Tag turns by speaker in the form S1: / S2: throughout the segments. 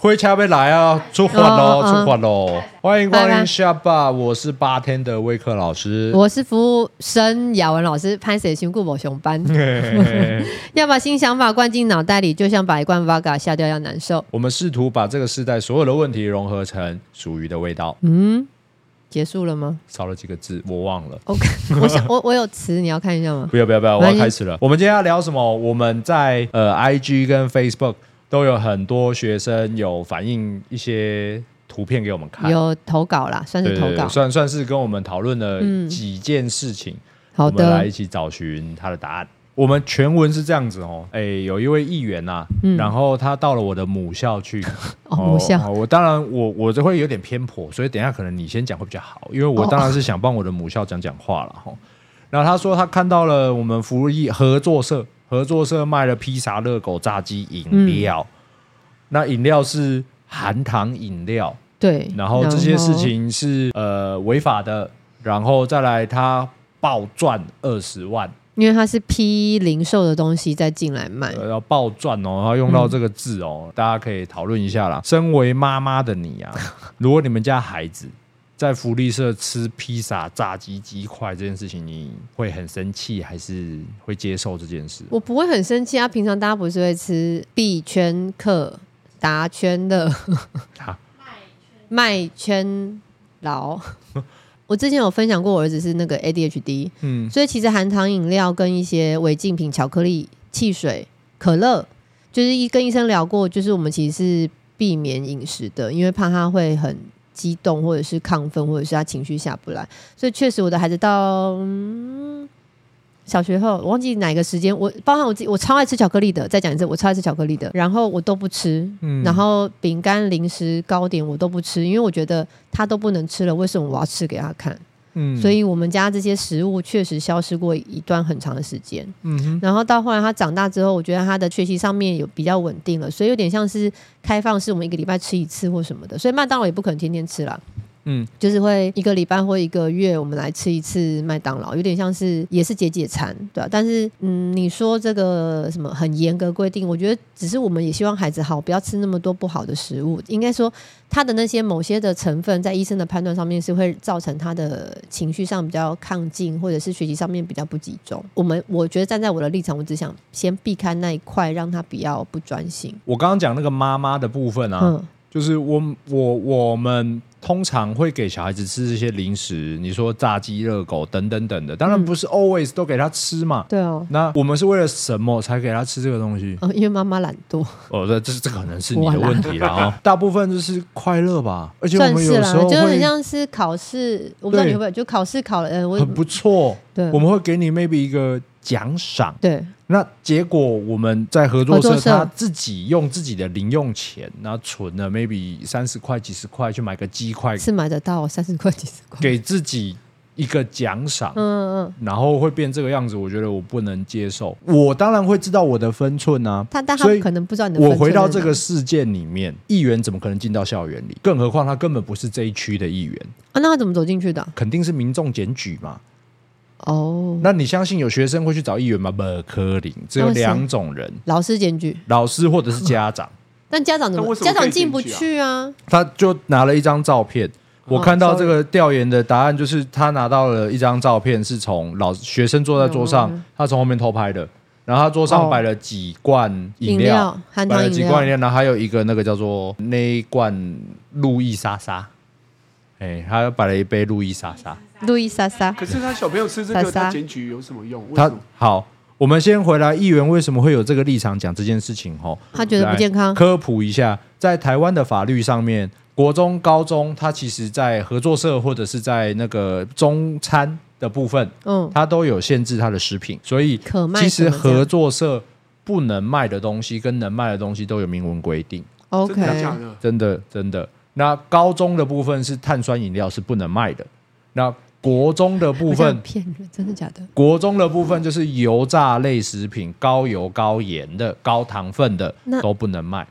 S1: 灰车要来啊，出发喽，
S2: 嗯嗯
S1: 出发喽！欢迎光
S2: 拜
S1: 临
S2: 拜
S1: 下吧，我是八天的威克老师。
S2: 我是服务生雅文老师，潘水新顾某熊 班。要把新想法灌进脑袋里，就像把一罐 Vaga 下掉要难受。
S1: 我们试图把这个时代所有的问题融合成属于的味道，
S2: 嗯，结束 了吗
S1: 少了几个字，我忘了。
S2: ？OK，我想我我有词，你要看一下吗？
S1: 不要不要不要，我要
S2: 没关系
S1: 开始了。我们今天要聊什么？我们在呃 IG 跟 Facebook 都有很多学生有反映一些图片给我们看，
S2: 有投稿啦，算
S1: 对
S2: 是
S1: 对
S2: 投
S1: 对
S2: 稿。
S1: 算算是跟我们讨论了
S2: 嗯
S1: 几件事情。
S2: 好
S1: 我们来
S2: 的
S1: 一，起找寻他的答案。我们全文是这样子哦，哎，有一位议员呐、
S2: 嗯
S1: 然后他到了我的母校去，
S2: 哦，母校，
S1: 我当然我我这会有点偏颇，所以等一下可能你先讲会比较好，因为我
S2: 哦
S1: 当然是想帮我的母校讲讲话了哈、吼然后他说他看到了我们福利合作社，合作社卖了披萨、热狗、炸鸡、饮料，
S2: 嗯
S1: 那饮料是含糖饮料，
S2: 对。
S1: 然后这些事情是呃违法的，然后再来他暴赚二十万，
S2: 因为它是批零售的东西再进来卖，
S1: 呃，要暴赚哦，然后用到这个字哦，大家可以讨论一下啦。身为妈妈的你啊，如果你们家孩子在福利社吃披萨、炸鸡、鸡块这件事情，你会很生气，还是会接受这件事？
S2: 我不会很生气啊。平常大家不是会吃币圈客、达圈乐、
S1: 啊
S2: 麦圈 劳。我之前有分享过，我儿子是那个 ADHD，
S1: 嗯，
S2: 所以其实含糖饮料跟一些违禁品、巧克力、汽水、可乐，就是一跟医生聊过，就是我们其实是避免饮食的，因为怕他会很激动，或者是亢奋，或者是他情绪下不来。所以确实，我的孩子到、嗯、小学后，我忘记哪个时间，我包含我自己，我超爱吃巧克力的。再讲一次，我超爱吃巧克力的，然后我都不吃，
S1: 嗯
S2: 然后饼干、零食、糕点我都不吃，因为我觉得他都不能吃了，为什么我要吃给他看？
S1: 嗯
S2: 所，以我们家这些食物确实消失过一段很长的时间。
S1: 嗯哼，
S2: 然后到后来他长大之后，我觉得他的学习上面有比较稳定了，所以有点像是开放式，我们一个礼拜吃一次或什么的。所以麦当劳也不可能天天吃啦，
S1: 嗯，
S2: 就是会一个礼拜或一个月我们来吃一次麦当劳，有点像是也是解解馋，对吧、但是嗯，你说这个什么很严格规定，我觉得只是我们也希望孩子好，不要吃那么多不好的食物。应该说他的那些某些的成分，在医生的判断上面是会造成他的情绪上比较亢进，或者是学习上面比较不集中。我们我觉得站在我的立场，我只想先避开那一块，让他比较不专心。
S1: 我刚刚讲那个妈妈的部分啊，
S2: 嗯，
S1: 就是我我我们通常会给小孩子吃这些零食，你说炸鸡、热狗等等等的，当
S2: 嗯
S1: 然不是 always 都给他吃嘛。
S2: 对哦，
S1: 那我们是为了什么才给他吃这个东西？
S2: 嗯，因为妈妈懒惰，
S1: 哦，这这这可能是你的问题了 啊！大部分就是快乐吧，而且我
S2: 算
S1: 们
S2: 是
S1: 有
S2: 啦
S1: 时，候
S2: 就很
S1: 会
S2: 像是考试，我不知道
S1: 对
S2: 你会不会，就考试考了，嗯，我
S1: 很不错，
S2: 对，
S1: 我们会给你 maybe 一个奖赏。
S2: 对
S1: 那结果我们在合作社
S2: 合作，社
S1: 他自己用自己的零用钱，然后存了 maybe 三十块、几十块去买个鸡块
S2: 是买得到三十块几十 块，
S1: 给自己一个奖赏，
S2: 嗯嗯嗯，
S1: 然后会变这个样子，我觉得我不能接受。我当然会知道我的分寸啊，
S2: 他但他
S1: 所以
S2: 可能不知道你的分
S1: 我
S2: 寸
S1: 回到
S2: 在
S1: 这
S2: 哪
S1: 个事件里面，议员怎么可能进到校园里？更何况他根本不是这一区的议员，
S2: 啊，那他怎么走进去的啊？
S1: 肯定是民众检举嘛。
S2: 哦，
S1: 那你相信有学生会去找议员吗？不可能，只有两种人，
S2: 老师检举，
S1: 老师或者是家长。
S2: 但家长怎
S3: 那为什么
S2: 家
S3: 可
S2: 长
S3: 以
S2: 进不
S3: 检举啊
S2: 去啊？
S1: 他就拿了一张照片。
S2: 哦
S1: 我看到这个调研的答案就是，他拿到了一张照片，是从老学生坐在桌上
S2: 嗯，
S1: 他从后面偷拍的。然后他桌上摆了几罐饮
S2: 饮
S1: 料
S2: 料，含糖
S1: 摆了
S2: 饮
S1: 几
S2: 料
S1: 罐饮料，然后还有一个那个叫做那一罐路易莎莎，哎，他摆了一杯路易莎莎。
S2: 路易莎莎，
S3: 可是他小朋友吃这
S2: 莎
S3: 个，
S2: 莎
S3: 他检举有什么用？为
S1: 他
S3: 什么
S1: 好，我们先回来，议员为什么会有这个立场讲这件事情？吼，
S2: 他觉得不健康。
S1: 科普一下，在台湾的法律上面，国中、高中，它其实在合作社或者是在那个中餐的部分，
S2: 嗯，
S1: 它都有限制它的食品，所以
S2: 可卖
S1: 其实
S2: 可不卖
S1: 合作社不能卖的东西跟能卖的东西都有明文规定，
S2: OK，
S3: 真的假的？
S1: 真的真的。那高中的部分是碳酸饮料是不能卖的，那国中的部
S2: 好像
S1: 分
S2: 很骗人，真的假的？
S1: 国中的部分就是油炸类食品，高油、高盐的、高糖分的
S2: 那
S1: 都不能卖。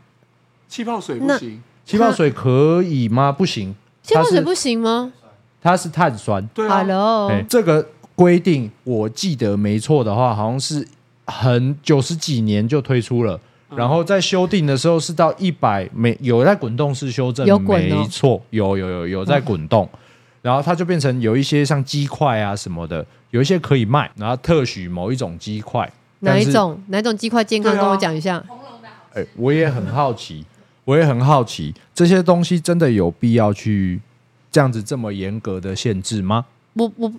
S3: 气泡水不
S2: 那
S3: 行，
S1: 气泡水可以吗？不行，
S2: 气泡
S1: 它
S2: 水
S1: 是
S2: 不行吗
S1: 它是碳酸。
S3: 对啊，
S2: ？Hello，
S1: 哎这个规定我记得没错的话，好像是很九十几年就推出了，
S2: 嗯
S1: 然后在修订的时候是到一百，没有在滚动式修正，
S2: 有滚哦嗯
S1: 没错，有有有有在滚动。然后它就变成有一些像鸡块啊什么的，有一些可以卖，然后特许某一种鸡块，
S2: 哪
S1: 但
S2: 一
S1: 是
S2: 种哪一种鸡块健康？
S3: 对啊
S2: 跟我讲一下。
S1: 哎、我也很好奇，我也很好奇，这些东西真的有必要去这样子这么严格的限制吗？
S2: 我我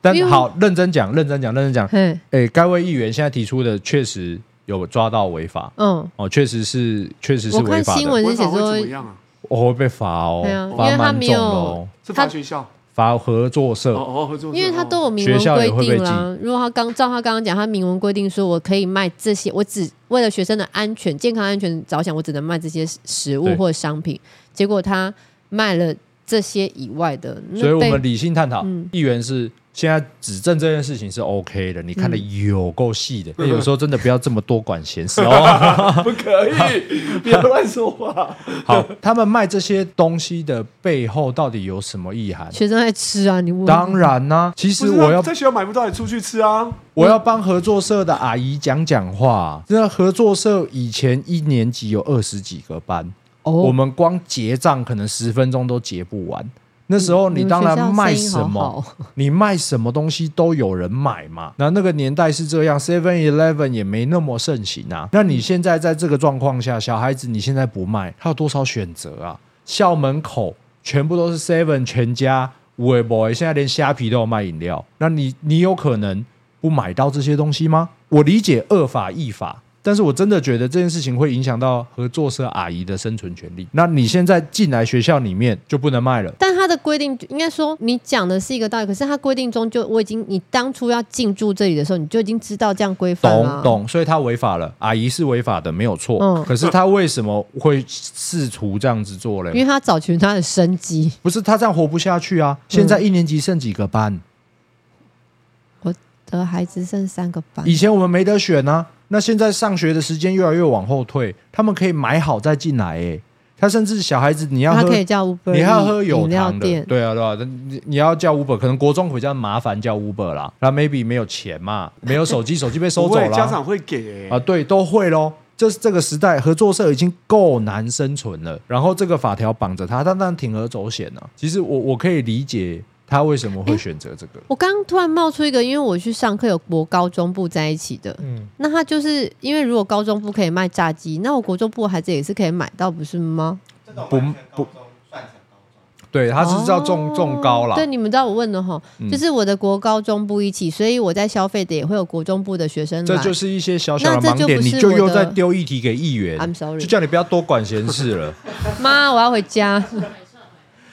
S1: 但
S2: 因为
S1: 好，认真讲，认真讲，认真讲，
S2: 嘿，
S1: 哎、该位议员现在提出的确实有抓到违法
S2: 嗯，
S1: 哦，确实是，确实是
S2: 我
S1: 违
S2: 看
S1: 法
S2: 新
S1: 的，
S2: 闻
S3: 违
S2: 是
S3: 法
S2: 写
S3: 会怎么
S2: 说，
S3: 样啊？
S1: 我会被罚哦
S2: 对啊，因
S1: 罚
S2: 为他
S1: 蛮
S2: 没
S1: 重的
S2: 有
S1: 哦，
S3: 是
S2: 他
S3: 罚学校
S1: 罚合作社，
S3: 哦哦，合作社
S2: 因为他都有明文
S1: 学校也会
S2: 规
S1: 被
S2: 定啦。如果他刚照他刚刚讲，他明文规定说我可以卖这些，我只为了学生的安全、健康安全着想，我只能卖这些食物
S1: 对
S2: 或商品。结果他卖了这些以外的，那
S1: 所以我
S2: 被
S1: 们理性探讨，
S2: 嗯
S1: 议员是现在指证这件事情是 OK 的，你看的
S2: 嗯
S1: 有够细的，那有时候真的不要这么多管闲事哦。
S3: 哦 不可 以，别乱说话。
S1: 好，他们卖这些东西的背后到底有什么意涵？
S2: 学生在吃啊，你问
S1: 当然啦、其
S3: 不
S1: 实
S3: 是啊
S1: 我要
S3: 在学校买不到，你出去吃啊。
S1: 我要帮合作社的阿姨讲讲话。那合作社以前一年级有二十几个班，
S2: 哦，
S1: 我们光结账可能十分钟都结不完。那时候你
S2: 们
S1: 当
S2: 学校
S1: 然卖
S2: 生意
S1: 什
S2: 好
S1: 么，
S2: 好
S1: 你卖什么东西都有人买嘛。那那个年代是这样，Seven Eleven 也没那么盛行啊。那你现在在这个状况下，小孩子你现在不卖，他有多少选择啊？校门口全部都是 Seven 全家、五 A Boy，现在连虾皮都有卖饮料。那你你有可能不买到这些东西吗？我理解恶法亦法。但是我真的觉得这件事情会影响到合作社阿姨的生存权利。那你现在进来学校里面就不能卖了，
S2: 但他的规定应该说，你讲的是一个道理，可是他规定中就我已经，你当初要进驻这里的时候，你就已经知道这样规范了、啊
S1: 懂。懂，所以他违法了。阿姨是违法的，没有错。
S2: 嗯
S1: 可是他为什么会试图这样子做
S2: 因
S1: 嘞？
S2: 为他嗯找寻他的生机，
S1: 不是他这样活不下去啊！现在一年级剩几个
S2: 嗯
S1: 班？
S2: 的孩子剩三个班，
S1: 以前我们没得选啊。那现在上学的时间越来越往后退，他们可以买好再进来、欸。他甚至小孩子你要
S2: 他
S1: 喝
S2: 可以叫 Uber，
S1: 你还要喝有
S2: 饮料
S1: 糖的，
S2: 店，
S1: 对啊，对啊，你你要叫 Uber，可能国中比较麻烦叫 Uber 啦，那 maybe 没有钱嘛，没有手 机，手机被收
S3: 不
S1: 走
S3: 会，
S1: 了，
S3: 家长会给
S1: 啊，对，都会咯。这是这个时代，合作社已经够难生存了，然后这个法条绑着他，他当然铤而走险了、啊其实我我可以理解他为什么会选择这个，
S2: 我刚刚突然冒出一个，因为我去上课有国高中部在一起的，
S1: 嗯，
S2: 那他就是因为如果高中部可以卖炸鸡，那我国中部的孩子也是可以买到，不是吗？
S1: 不不，对，他是叫重、重高啦
S2: 哦对，，你们知道我问的哈，
S1: 嗯
S2: 就是我的国高中部一起，所以我在消费的也会有国中部的学生来。
S1: 这就是一些小小的
S2: 那这就
S1: 盲点，
S2: 不
S1: 你
S2: 是
S1: 就
S2: 我
S1: 又
S2: 的
S1: 在丢议题给议员
S2: I'm sorry
S1: 就叫你不要多管闲事了。
S2: 妈，我要回家。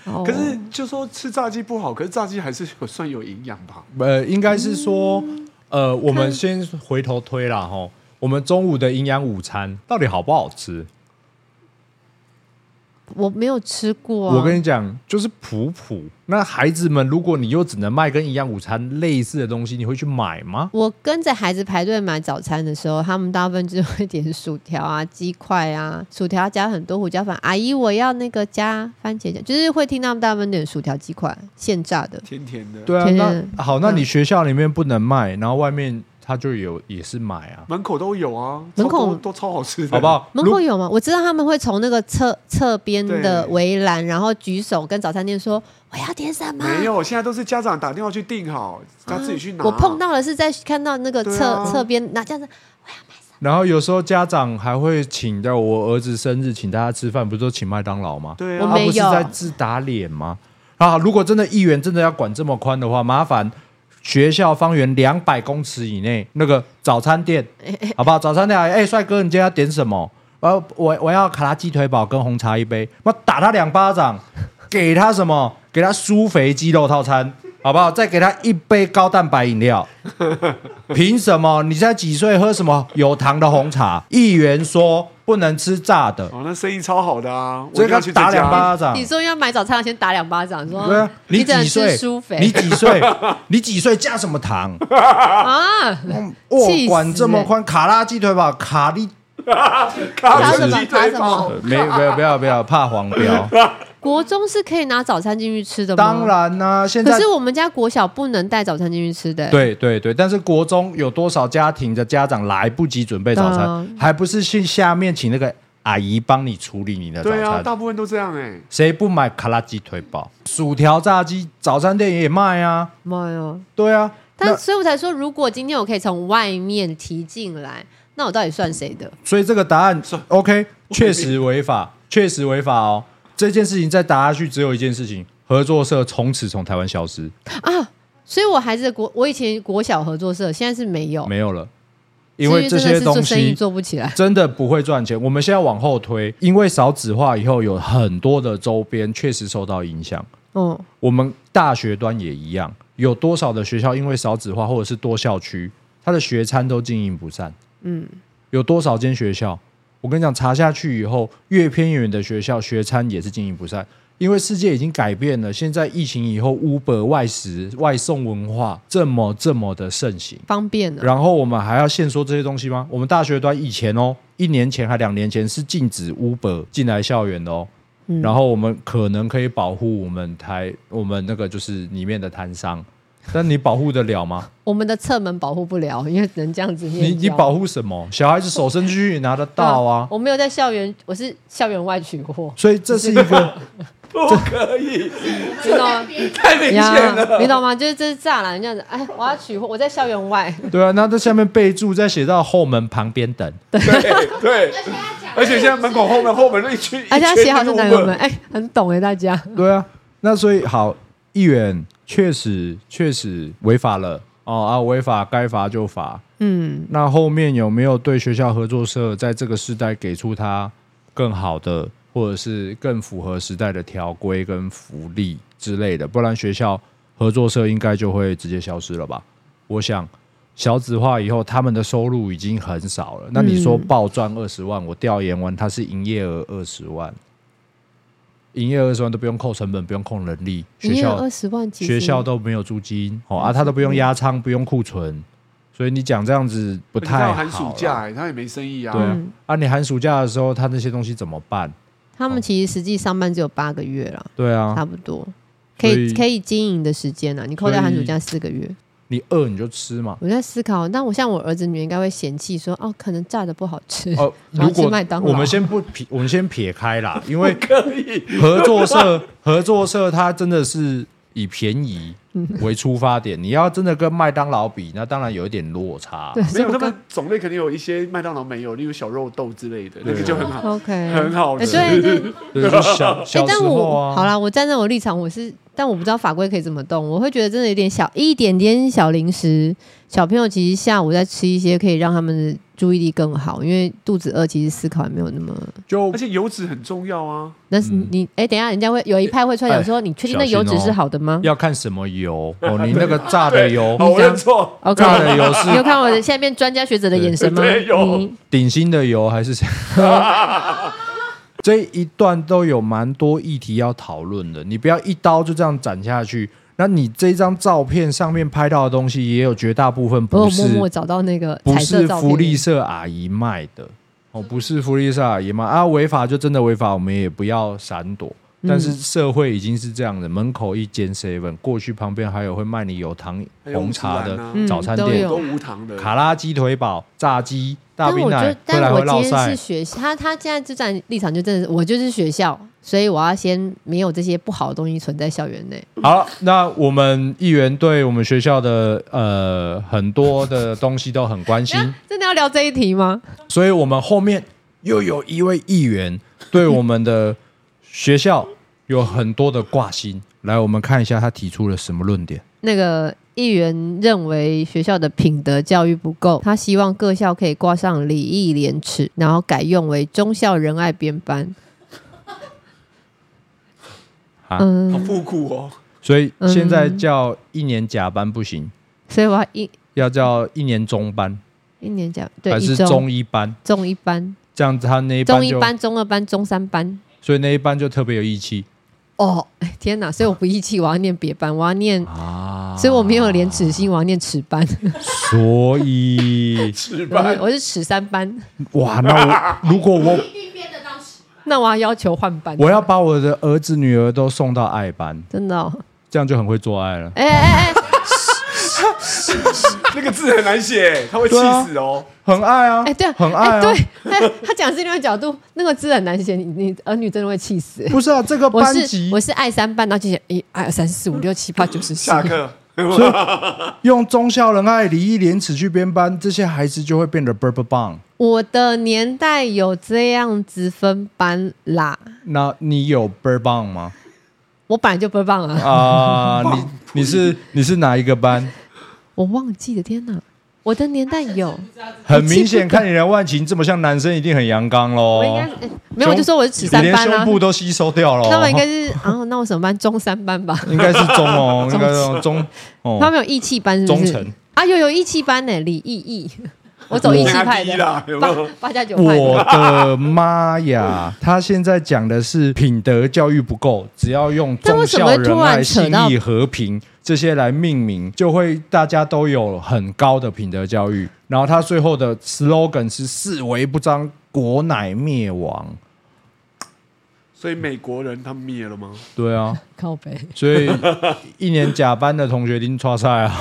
S2: 哦
S3: 可是就说吃炸鸡不好，可是炸鸡还是有算有营养吧？
S1: 呃，应该是说，呃，我们先回头推啦，吼，我们中午的营养午餐到底好不好吃？
S2: 我没有吃过、啊，
S1: 我跟你讲，就是普普。那孩子们，如果你又只能卖跟营养午餐类似的东西，你会去买吗？
S2: 我跟着孩子排队买早餐的时候，他们大部分就会点薯条啊、鸡块啊，薯条加很多胡椒粉。阿姨，我要那个加番茄酱，就是会听他们大部分点薯条、鸡块现炸的。
S3: 甜甜的，
S1: 对啊，
S2: 天然
S1: 那好，那
S2: 嗯
S1: 你学校里面不能卖，然后外面他就有也是买啊，
S3: 门口都有啊，
S2: 门口
S3: 超多都超好吃的，
S1: 好不？好？
S2: 门
S1: 如
S2: 口有吗？我知道他们会从那个侧侧边的
S3: 对
S2: 围栏，然后举手跟早餐店说我要点什么。
S3: 没有，现在都是家长打电话去订好，他自己去拿。
S2: 我碰到的是在看到那个
S3: 对
S2: 侧、
S3: 啊
S2: 侧边拿这样子，
S1: 然后有时候家长还会请到我儿子生日，请大家吃饭，不是都请麦当劳吗？
S3: 对
S2: 我
S3: 啊
S1: 他
S2: 没，
S1: 不是
S2: 有
S1: 在自打脸吗？啊，如果真的议员真的要管这么宽的话，麻烦学校方圆两百公尺以内那个早餐 店，好不好？早餐店，哎、帅哥，你今天要点什么？呃，我我要卡拉鸡腿堡跟红茶一杯，我打他两巴掌，给他什么？给他酥肥鸡肉套餐，好不好？再给他一杯高蛋白饮料。凭什么？你在几岁喝什么有糖的红茶？议员说不能吃炸的，
S3: 哦，那生意超好的啊，我
S1: 所
S3: 一
S1: 以
S3: 定要
S1: 他
S3: 去这
S1: 打
S3: 家
S1: 两。巴掌。
S2: 你说要买早餐要先打两巴掌，说
S1: 对啊，你
S2: 嗯只能
S1: 几岁
S2: 吃舒？肥
S1: 你几岁？ 你几岁加什么糖？
S2: 啊，
S1: 哦
S2: 气，死
S1: 管这么
S2: 欸
S1: 宽，卡拉鸡腿堡，卡利
S3: 卡
S2: 卡
S3: 子
S2: 什么
S3: 鸡
S2: 卡
S3: 腿
S2: 什
S3: 堡
S2: 么？
S1: 呃没有没有不要不要，怕黄 标。
S2: 国中是可以拿早餐进去吃的吗？
S1: 当，然啦、现在
S2: 可是我们家国小不能带早餐进去吃的、欸。
S1: 对对对，但是国中有多少家庭的家长来不及准备早餐，
S2: 对啊
S1: 还不是去下面请那个阿姨帮你处理你的早
S3: 对啊，
S1: 餐？
S3: 大部分都这样哎。
S1: 谁不买卡拉鸡腿堡、薯条、炸鸡？早餐店也卖啊，
S2: 妈呀！
S1: 对啊。那
S2: 但所以我才说，如果今天我可以从外面提进来，那我到底算谁的？
S1: 所以这个答案 OK，确实违法，确实违法哦。这件事情再打下去，只有一件事情：合作社从此从台湾消失，
S2: 所以我孩子的国，我以前国小合作社，现在是没有，
S1: 没有了，因为这
S2: 是
S1: 些
S2: 真的是
S1: 东
S2: 做生意
S1: 西。
S2: 做不 起来。
S1: 真的不会赚钱。我们现在往后推，因为少子化以后，有很多的周边确实受到影响。
S2: 嗯，
S1: 我们大学端也一样，有多少的学校因为少子化或者是多校区，它的学餐都经营不善。嗯，有多少间学校？我跟你讲，查下去以后，越偏远的学校学餐也是经营不善，因为世界已经改变了。现在疫情以后，Uber 外食、外送文化这么这么的盛行。
S2: 方便了。
S1: 然后我们还要限缩这些东西吗？我们大学端以前哦，一年前还两年前是禁止 Uber 进来校园的哦。然后我们可能可以保护我们台我们那个就是里面的摊商，但你保护得了吗？
S2: 我们的侧门保护不了，因为只能这样子念
S1: 你
S2: 交。
S1: 你保护什么？小孩子手伸进去也拿得到 啊。，
S2: 我没有在校园，我是校园外取货
S1: 所以这是一个
S3: 不可以，
S2: 知道吗？
S3: 太明显了。
S2: 呀，你懂吗？就是这是栅栏这样子，哎，我要取货，我在校园外。
S1: 对啊，那在下面备注再写到后门旁边等，
S3: 对对，而且现在门口后门后门那一区，
S2: 而且他
S3: 一圈
S2: 写好
S3: 都
S2: 是
S3: 是
S2: 男
S3: Uber
S2: 友们，哎、很懂哎、大家。
S1: 对啊，那所以好，议员确实确实违法了哦啊，违法该罚就罚，
S2: 嗯，
S1: 那后面有没有对学校合作社在这个时代给出它更好的，或者是更符合时代的条规跟福利之类的？不然学校合作社应该就会直接消失了吧？我想。小子化以后，他们的收入已经很少了。
S2: 嗯
S1: 那你说暴赚二十万，我调研完，它是营业额二十万，营业额二十万都不用扣成本，不用扣人力，学
S2: 营业
S1: 校
S2: 二十万其实，
S1: 学校都没有租金哦啊，他都不用压仓，不用库存，所以你讲这样子不
S3: 你看
S1: 太
S3: 到
S1: 好。
S3: 寒暑假，哎，他也没生意啊。
S1: 对啊
S2: 嗯，
S1: 啊，你寒暑假的时候，他那些东西怎么办？
S2: 他们其实实际上班只有八个月了，
S1: 对啊
S2: 差，不多。可
S1: 所以嗯
S2: 以可以经营的时间呢、啊你扣掉寒暑假四个月，
S1: 你饿你就吃 嘛。
S2: 我在思考。但我像我儿子女儿应该会嫌弃说，哦，可能炸的不好吃。
S1: 哦，
S2: 我要
S1: 如
S2: 吃
S1: 果
S2: 麦当劳
S1: 我们先不撇，我们先撇开啦，因为
S3: 可以，
S1: 合作社合作社它真的是以便宜
S2: 嗯
S1: 为出发点，你要真的跟麦当劳比，那当然有一点落差
S2: 对。，
S3: 没有
S2: 所以
S3: 他
S2: 我刚
S3: 们种类肯定有一些麦当劳没有，例如小肉豆之类的，
S2: 啊
S1: 对
S3: 那个就很好，
S2: OK
S3: 很好
S2: 哎
S3: 吃。
S2: 对对，
S1: 对，就小
S2: 哎、
S1: 小时
S2: 但
S1: 候
S2: 我
S1: 啊，
S2: 好啦，我站在我立场，我是，但我不知道法规可以怎么动，我会觉得真的有点小，一点点小零食，小朋友其实下午再吃一些，可以让他们的注意力更好，因为肚子饿，其实思考也没有那么。
S1: 就
S3: 而且油脂很重要啊，
S2: 但
S1: 嗯
S2: 是你，哎、等一下人家会有一派会出
S1: 哎
S2: 来讲说，你确定那油脂
S1: 哦
S2: 是好的吗、
S1: 要看什么油哦，你 那个炸的油，
S3: 哦好我认错，
S2: o k
S1: 炸 的油是
S2: 你有看我的现在变专家学者的眼神吗？
S3: 对有
S2: 你
S1: 顶新的油还是谁？这一段都有蛮多议题要讨论的，你不要一刀就这样斩下去。那你这张照片上面拍到的东西，也有绝大部分
S2: 我有
S1: 不是
S2: 默默找到那个
S1: 不
S2: 彩色
S1: 是
S2: 照
S1: 福利
S2: 片。
S1: 社阿姨卖的哦，不是福利社阿姨卖啊，违法就真的违法，我们也不要闪躲。
S2: 嗯
S1: 但是社会已经是这样的，门口一间 seven，过去旁边还有会卖你有糖
S3: 还有
S1: 红茶
S3: 乌斯兰
S1: 的
S3: 啊
S1: 早餐
S2: 嗯都
S1: 店
S2: 有，
S3: 都无糖的。
S2: 啊
S1: 卡拉鸡腿堡、炸鸡、大
S2: 但
S1: 冰
S2: 我
S1: 奶
S2: 就，，
S1: 会来
S2: 但
S1: 回
S2: 我
S1: 绕
S2: 今天
S1: 赛
S2: 是。学他，他现在就站立场就真的是，我就是学校，所以我要先没有这些不好的东西存在校园内。
S1: 好，那我们议员对我们学校的呃很多的东西都很关 心，
S2: 真的要聊这一题吗？
S1: 所以我们后面又有一位议员对我们的学校有很多的挂心。来，我们看一下他提出了什么论点。
S2: 那个议员认为学校的品德教育不够，他希望各校可以挂上礼义廉耻，然后改用为忠孝仁爱编班。
S1: 啊
S3: 好
S2: 嗯，
S3: 复古哦，
S1: 所以
S2: 嗯
S1: 现在叫一年甲班不行，
S2: 所以我要一
S1: 要叫一年中班
S2: 一年讲对
S1: 还
S2: 一
S1: 是
S2: 中
S1: 中一班，
S2: 中一班、
S1: 这样他那一班
S2: 中一
S1: 就，
S2: 班、中二班、中三班。
S1: 所以那一班就特别有义气
S2: 哦， 哎天哪！所以我不义气，我要念别班，我要念，
S1: 啊
S2: 所以我没有廉耻心，我要念耻班，
S1: 所以
S3: 失败
S2: 我。我是耻三班，
S1: 哇，那我如果我
S2: 那我要要求换班。
S1: 我要把我的儿子女儿都送到爱班，
S2: 真的哦，
S1: 这样就很会做爱了，
S2: 哎哎哎，
S3: 那个字很难写，他会气
S1: 对啊
S3: 死哦。
S1: 很爱啊，
S2: 哎，对啊，
S1: 很爱
S2: 哎
S1: 啊，
S2: 对，哎，他讲的是另外角度，那个字很难写，你你儿女真的会 气死。
S1: 不是啊，这个
S2: 我
S1: 班
S2: 是
S1: 级
S2: 我是爱三班，然后就写一二三四五六七八九十 十
S3: 下课，
S2: 啊
S1: 用忠孝仁爱、礼义廉耻去编班，这些孩子就会变得 b u r b e bang。
S2: 我的年代有这样子分班啦，
S1: 那你有 b u r b e bang 吗？
S2: 我本来就不棒啊，
S1: 啊、你你是你是哪一个班？
S2: 我忘记了，天哪，我的年代有，
S1: 很明显，看你的外形这么像男生，一定很阳刚喽
S3: 哦
S2: 我。应该是、哎没有，我就说我是尺
S1: 你
S2: 三
S1: 连
S2: 班啦、
S1: 胸部都吸收
S3: 哦
S1: 掉了。
S2: 那我应该是，啊，那我什么班？中三班吧。
S1: 应该是中哦，应
S2: 中
S1: 该是中
S2: 他
S1: 哦。
S2: 们有义气班是不
S1: 忠诚
S2: 是？啊，有有义气班呢、礼义义， 我走义气派
S3: 我
S2: 的，
S3: 啦，有没有？
S2: 八八加九派的。
S1: 我的妈呀！他现在讲的是品德教育不够，只要用
S2: 但
S1: 忠
S2: 为什么
S1: 孝
S2: 会
S1: 仁
S2: 突
S1: 爱、
S2: 然扯
S1: 信
S2: 到
S1: 义、和平这些来命名，就会大家都有很高的品德教育。然后他最后的 slogan 是“四为不张，国乃灭亡
S3: 所以美国人他灭了吗？”。
S1: 对啊，
S2: 靠背。
S1: 所以一年甲班的同学拎抓菜啊。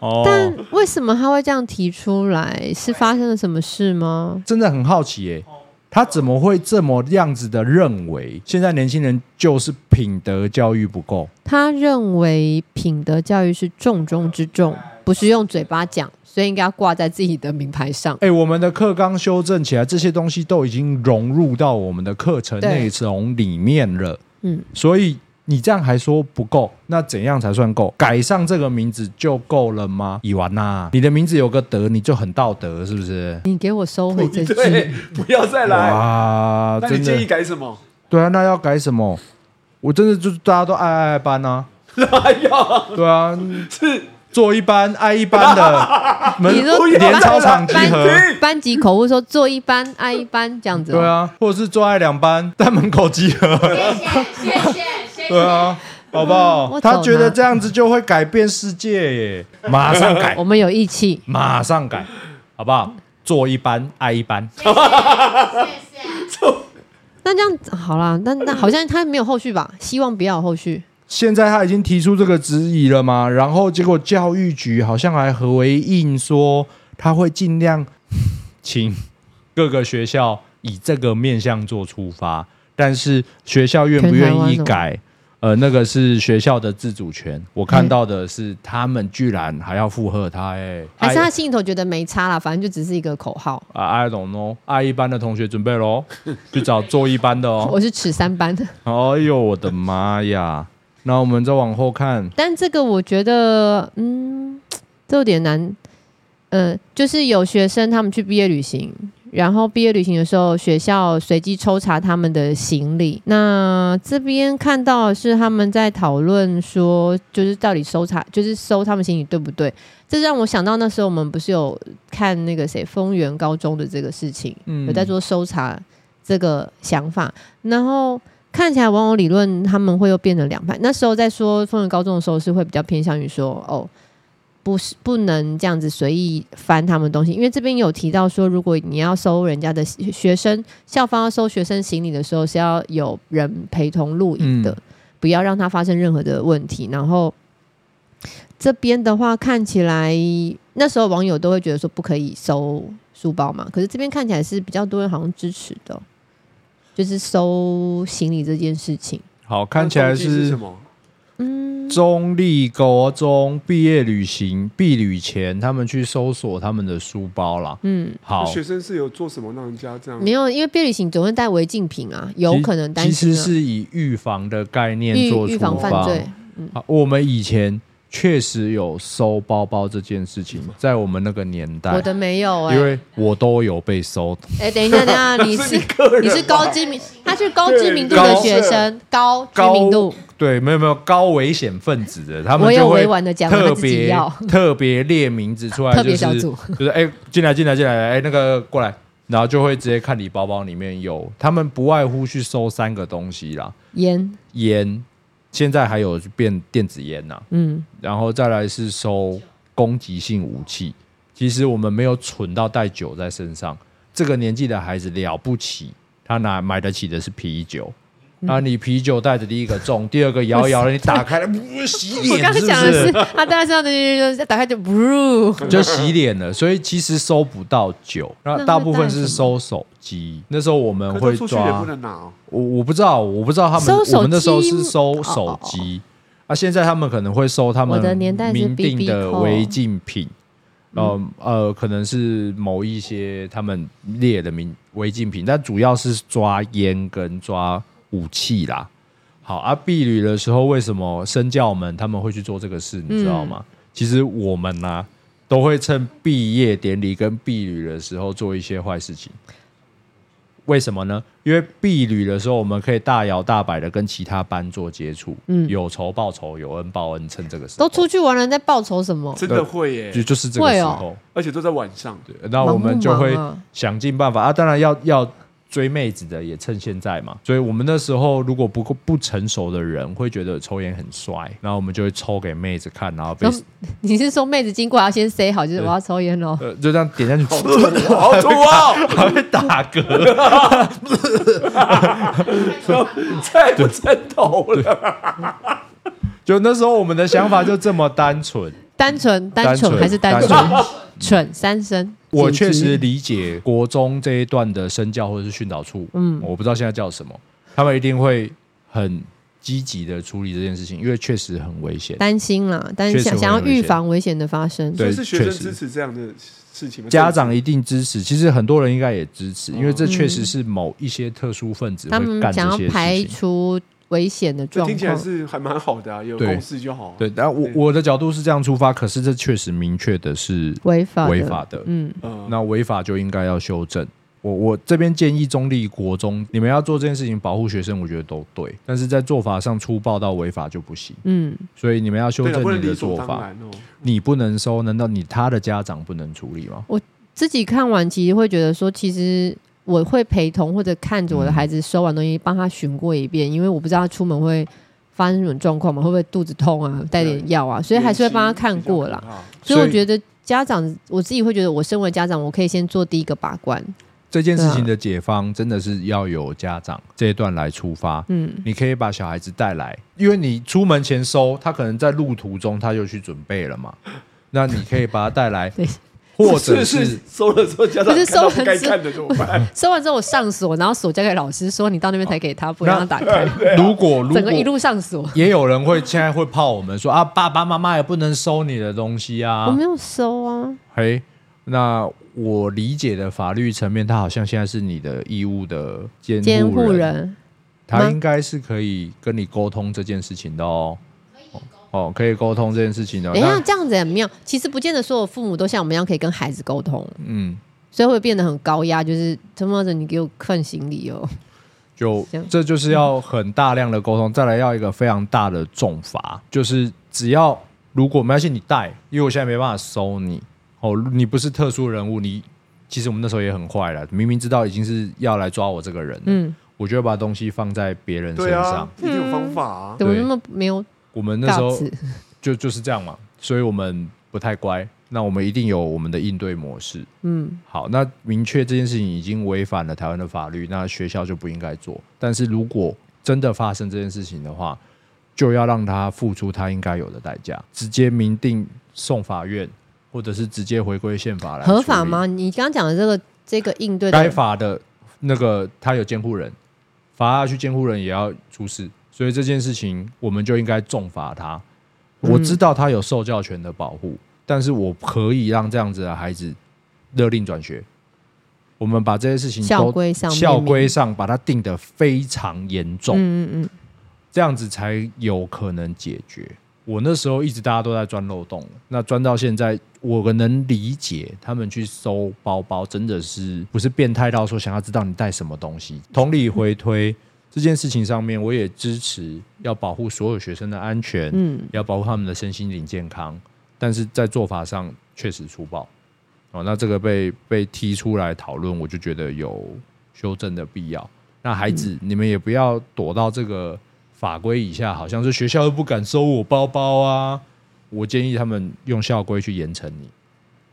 S1: 哦
S2: 但，为什么他会这样提出来？是发生了什么事吗？
S1: 真的很好奇耶、他怎么会这么样子的认为现在年轻人就是品德教育不够？
S2: 他认为品德教育是重中之重，不是用嘴巴讲，所以应该要挂在自己的名牌上。
S1: 哎、我们的课纲修正起来，这些东西都已经融入到我们的课程
S2: 对
S1: 内容里面了。
S2: 嗯，
S1: 所以你这样还说不够，那怎样才算够？改上这个名字就够了吗？以完呐、你的名字有个德，你就很道德，是不是？
S2: 你给我收回这
S3: 对
S2: 句。，
S3: 不要再来。
S1: 哇，
S3: 哎那
S1: 哦
S3: 你
S1: 真
S3: 建议
S1: 的
S3: 改什么？
S1: 对啊，那要改什么？我真的就是大家都爱爱爱班啊，
S3: 哎呀，
S1: 对啊，
S3: 是
S1: 做一班爱一班 的，门
S2: 你说
S1: 连操场集
S2: 班
S1: 合，
S3: 停
S2: 班级口误说做一班爱一班哦这样子、
S1: 对，啊，或者是做爱两班， 在门口集合，
S4: 谢谢，谢谢。
S1: 对啊，好不好？
S2: 我
S1: 他
S2: 懂
S1: 觉得
S2: 了
S1: 这样子就会改变世界耶，马上改
S2: 我，们有义气。
S1: 马上改，好不好？做一班爱一班，
S2: 那这样好啦，那那好像他没有后续吧？希望不要有后续。
S1: 现在他已经提出这个质疑了嘛，然后结果教育局好像还回应说，他会尽量请各个学校以这个面向做出发，但是学校愿不愿意
S2: 全台
S1: 改，呃，那个是学校的自主权。我看到的是他们居然还要附和他、欸，哎，
S2: 还是他心里头觉得没差啦，反正就只是一个口号。
S1: 啊，I don't know，爱一班的同学准备喽， 去找做一班的哦。
S2: 我是尺三班的，
S1: 哎呦，我的妈呀！那我们再往后看，
S2: 但这个我觉得，嗯，这有点难。呃，就是有学生他们去毕业旅行，然后毕业旅行的时候，学校随机抽查他们的行李。那这边看到的是他们在讨论说，就是到底搜查，就是搜他们行李对不对？这让我想到那时候我们不是有看那个谁丰原高中的这个事情，
S1: 嗯
S2: 有在做搜查这个想法，然后。看起来网友理论他们会又变成两派。那时候在说丰原高中的时候，是会比较偏向于说，哦，不是不能这样子随意翻他们东西，因为这边有提到说，如果你要收人家的学学生，校方要收学生行李的时候是要有人陪同录影的，
S1: 嗯
S2: 不要让他发生任何的问题。然后这边的话，看起来那时候网友都会觉得说不可以收书包嘛，可是这边看起来是比较多人好像支持的哦，就是收行李这件事情。
S1: 好看起来
S3: 那中继是
S1: 是
S3: 什么？
S2: 嗯，
S1: 中立国中毕业旅行毕旅前，他们去搜索他们的书包啦。
S2: 嗯，
S1: 好，
S3: 学生是有做什么让人家这样？
S2: 没有，因为毕业旅行总会带违禁品啊，有
S1: 其
S2: 可能担
S1: 其
S2: 心
S1: 实
S2: 啊
S1: 是以预防的概念做
S2: 预
S1: 出
S2: 预防嗯犯罪。
S1: 啊，我们以前确实有收包包这件事情，在我们那个年代
S2: 我，的没有哎、
S1: 因为我都有被收。
S2: 哎，等一下，等 一下，你
S3: 是
S2: 是
S3: 你个人
S2: 你是高
S3: 吧
S2: 知名，他是高知名度的
S1: 高
S2: 学生，高知
S1: 高
S2: 名度，
S1: 对，没有没有高危险分子的，他
S2: 我
S1: 们
S2: 有
S1: 就会
S2: 委婉地讲他
S1: 特
S2: 自己
S1: 别
S2: 要
S1: 特别列名字出来，
S2: 特
S1: 就
S2: 别
S1: 是
S2: 小组
S1: 就是哎进来进来进来，哎那个过来，然后就会直接看你包包里面有，他们不外乎去收三个东西啦，
S2: 烟，
S1: 烟，现在还有变电子烟呐、
S2: 嗯，
S1: 然后再来是收攻击性武器。其实我们没有蠢到带酒在身上，这个年纪的孩子了不起，他拿买得起的是啤酒。
S2: 嗯
S1: 那、你啤酒带着第一个中，第二个摇一 摇了，你打开了，不洗
S2: 我
S1: 脸
S2: 刚刚
S1: 是不
S2: 讲的是
S1: 是？
S2: 他大家知道的，打开就 blue，
S1: 就洗脸了，所以其实收不到酒，那
S2: 那
S1: 大部分
S2: 会带
S1: 是
S2: 什
S1: 收手机。那时候我们
S3: 可
S1: 会
S3: 是出去也
S1: 抓
S3: 不，能拿哦。
S1: 我我不知道，我不知道他们
S2: 收手，机哦
S1: 我们那时候是收手机，啊，现在他们可能会收他们
S2: 我的年代是
S1: 明
S2: BB
S1: 定的
S2: 扣
S1: 违禁品，呃
S2: 嗯
S1: 呃，可能是某一些他们列的名违禁品，但主要是抓烟跟抓武器啦。好啊，避旅的时候为什么身教们他们会去做这个事，你知
S2: 嗯
S1: 道吗？其实我们呐、都会趁毕业典礼跟避旅的时候做一些坏事情。为什么呢？因为避旅的时候，我们可以大摇大摆的跟其他班做接触，
S2: 嗯
S1: 有仇报仇，有恩报恩，趁这个时候
S2: 都出去玩了，在报仇什么？
S3: 真的会耶
S1: 呃就，就是这个时候，
S3: 而且都在晚上。
S1: 对那我们就会
S2: 忙不忙啊
S1: 想尽办法啊。当然要要追妹子的也趁现在嘛，所以我们那时候如果不够不成熟的人会觉得抽烟很帅，然后我们就会抽给妹子看，然后被
S2: 然后你是说妹子经过要先 say 好，就是我要抽烟喽？
S1: 呃就这样点下去，
S3: 好土哦，
S1: 还会打嗝。
S3: 再不枕头了。
S1: 就那时候我们的想法就这么单 纯。
S2: 单纯，
S1: 单
S2: 单纯
S1: 纯
S2: 还是单
S1: 单
S2: 纯？ 蠢三声，
S1: 我确
S2: 简直
S1: 实理解国中这一段的身教或者是训导处，嗯，我不知道现在叫什么，他们一定会很积极的处理这件事情，因为确实很危险。
S2: 担心啦，但
S1: 确实
S2: 是想
S1: 会
S2: 想要
S1: 有危险
S2: 预防危险的发生。
S1: 对
S3: 是学
S1: 确
S3: 生
S1: 实
S3: 支持这样的事情吗？
S1: 家长一定支持，其实很多人应该也支持，因为这确实是某一些特殊分子
S2: 嗯他
S1: 会
S2: 们
S1: 干
S2: 想
S1: 这些
S2: 要排
S1: 事情。
S2: 除危险的
S3: 这
S2: 状
S3: 听起来
S2: 况，
S3: 是还蛮好的啊，有
S1: 对
S3: 共识就好。
S1: 对，，但我
S3: 对
S1: 我的角度是这样出发，可是这确实明确的是
S2: 违法的
S1: 违法的，
S2: 嗯，
S3: 嗯，
S1: 那违法就应该要修正。我我这边建议中立国中，你们要做这件事情保护学生，我觉得都对，但是在做法上粗暴到违法就不行，
S2: 嗯，
S1: 所以你们要修
S3: 对了，不
S1: 正
S3: 能
S1: 你
S3: 理
S1: 的
S3: 所
S1: 做
S3: 当
S1: 法。
S3: 然哦。
S1: 你不能收，难道你他的家长不能处理吗？
S2: 自己看完其实会觉得说，其实我会陪同或者看着我
S1: 嗯
S2: 的孩子收完东西，帮他巡过一遍，因为我不知道他出门会发生什么状况嘛，会不会肚子痛啊，带点药啊，所以还是会帮他看过啦。
S3: 啦。
S2: 所以我
S1: 所以
S2: 觉得家长，我自己会觉得，我身为家长，我可以先做第一个把 关。
S1: 这件事情
S2: 对啊
S1: 的解方真的是要有家长这一段来出发。
S2: 嗯，
S1: 你可以把小孩子带来，因为你出门前收，他可能在路途中他就去准备了嘛。那你可以把他带来
S2: 对，
S1: 或者
S3: 是
S1: 是
S3: 是收了之 后，家长
S2: 不是
S3: 看到
S2: 收了之
S3: 不该看的怎么 办？
S2: 收完之后我上锁，然后锁交给老师，说你到那边才给他，不让他打 开，
S3: 啊
S1: 如果如
S2: 整个一
S1: 果
S2: 路上锁。
S1: 也有人会现在会泡我们说啊，爸爸妈妈也不能收你的东西
S2: 我
S1: 啊
S2: 没。有收啊，
S1: 嘿，那我理解的法律层面，他好像现在是你的义务的监
S2: 监护
S1: 护人，
S2: 人
S1: 他
S2: 吗
S1: 应该是可以跟你沟通这件事情的哦。哦，可以沟通这件事情的。哦
S2: 等一下
S1: 那
S2: 这样子很妙。其实不见得所有父母都像我们一样可以跟孩子沟通，
S1: 嗯，
S2: 所以会变得很高压，就是他妈的你给我看行李哦。
S1: 就
S2: 这样
S1: 这就是要很大量的沟通，再来要一个非常大的重罚，就是只要如果没关系你带，因为我现在没办法收你哦，你不是特殊人物，你其实我们那时候也很坏了，明明知道已经是要来抓我这个人了，
S2: 嗯，
S1: 我就会把东西放在别人身
S3: 对
S1: 上。
S3: 啊，一定有方法啊。
S2: 怎么那么没有
S1: 我们那时
S2: 告
S1: 候
S2: 知？
S1: 就就是这样嘛，所以我们不太乖，那我们一定有我们的应对模式。
S2: 嗯，
S1: 好，那明确这件事情已经违反了台湾的法律，那学校就不应该做。但是如果真的发生这件事情的话，就要让他付出他应该有的代价，直接明定送法院，或者是直接回归宪法来
S2: 合法
S1: 处理
S2: 吗？？你刚刚讲的这个这个应对
S1: 该
S2: 的，
S1: 法的那个他有监护人，罚下去监护人也要出事，所以这件事情我们就应该重罚他。我知道他有受教权的保护，但是我可以让这样子的孩子勒令转学。我们把这些事情都
S2: 校规上面
S1: 校规上把它定得非常严重，
S2: 嗯嗯嗯，
S1: 这样子才有可能解决。我那时候一直大家都在钻漏洞，那钻到现在，我能理解他们去搜包包，真的是不是变态到说想要知道你带什么东西。同理回推这件事情上面，我也支持要保护所有学生的安全，
S2: 嗯
S1: 嗯，要保护他们的身心灵健康，但是在做法上确实粗暴。哦，那这个被被提出来讨论，我就觉得有修正的必要。那孩子，你们也不要躲到这个法规以下，好像是学校又不敢收我包包啊。我建议他们用校规去严惩你。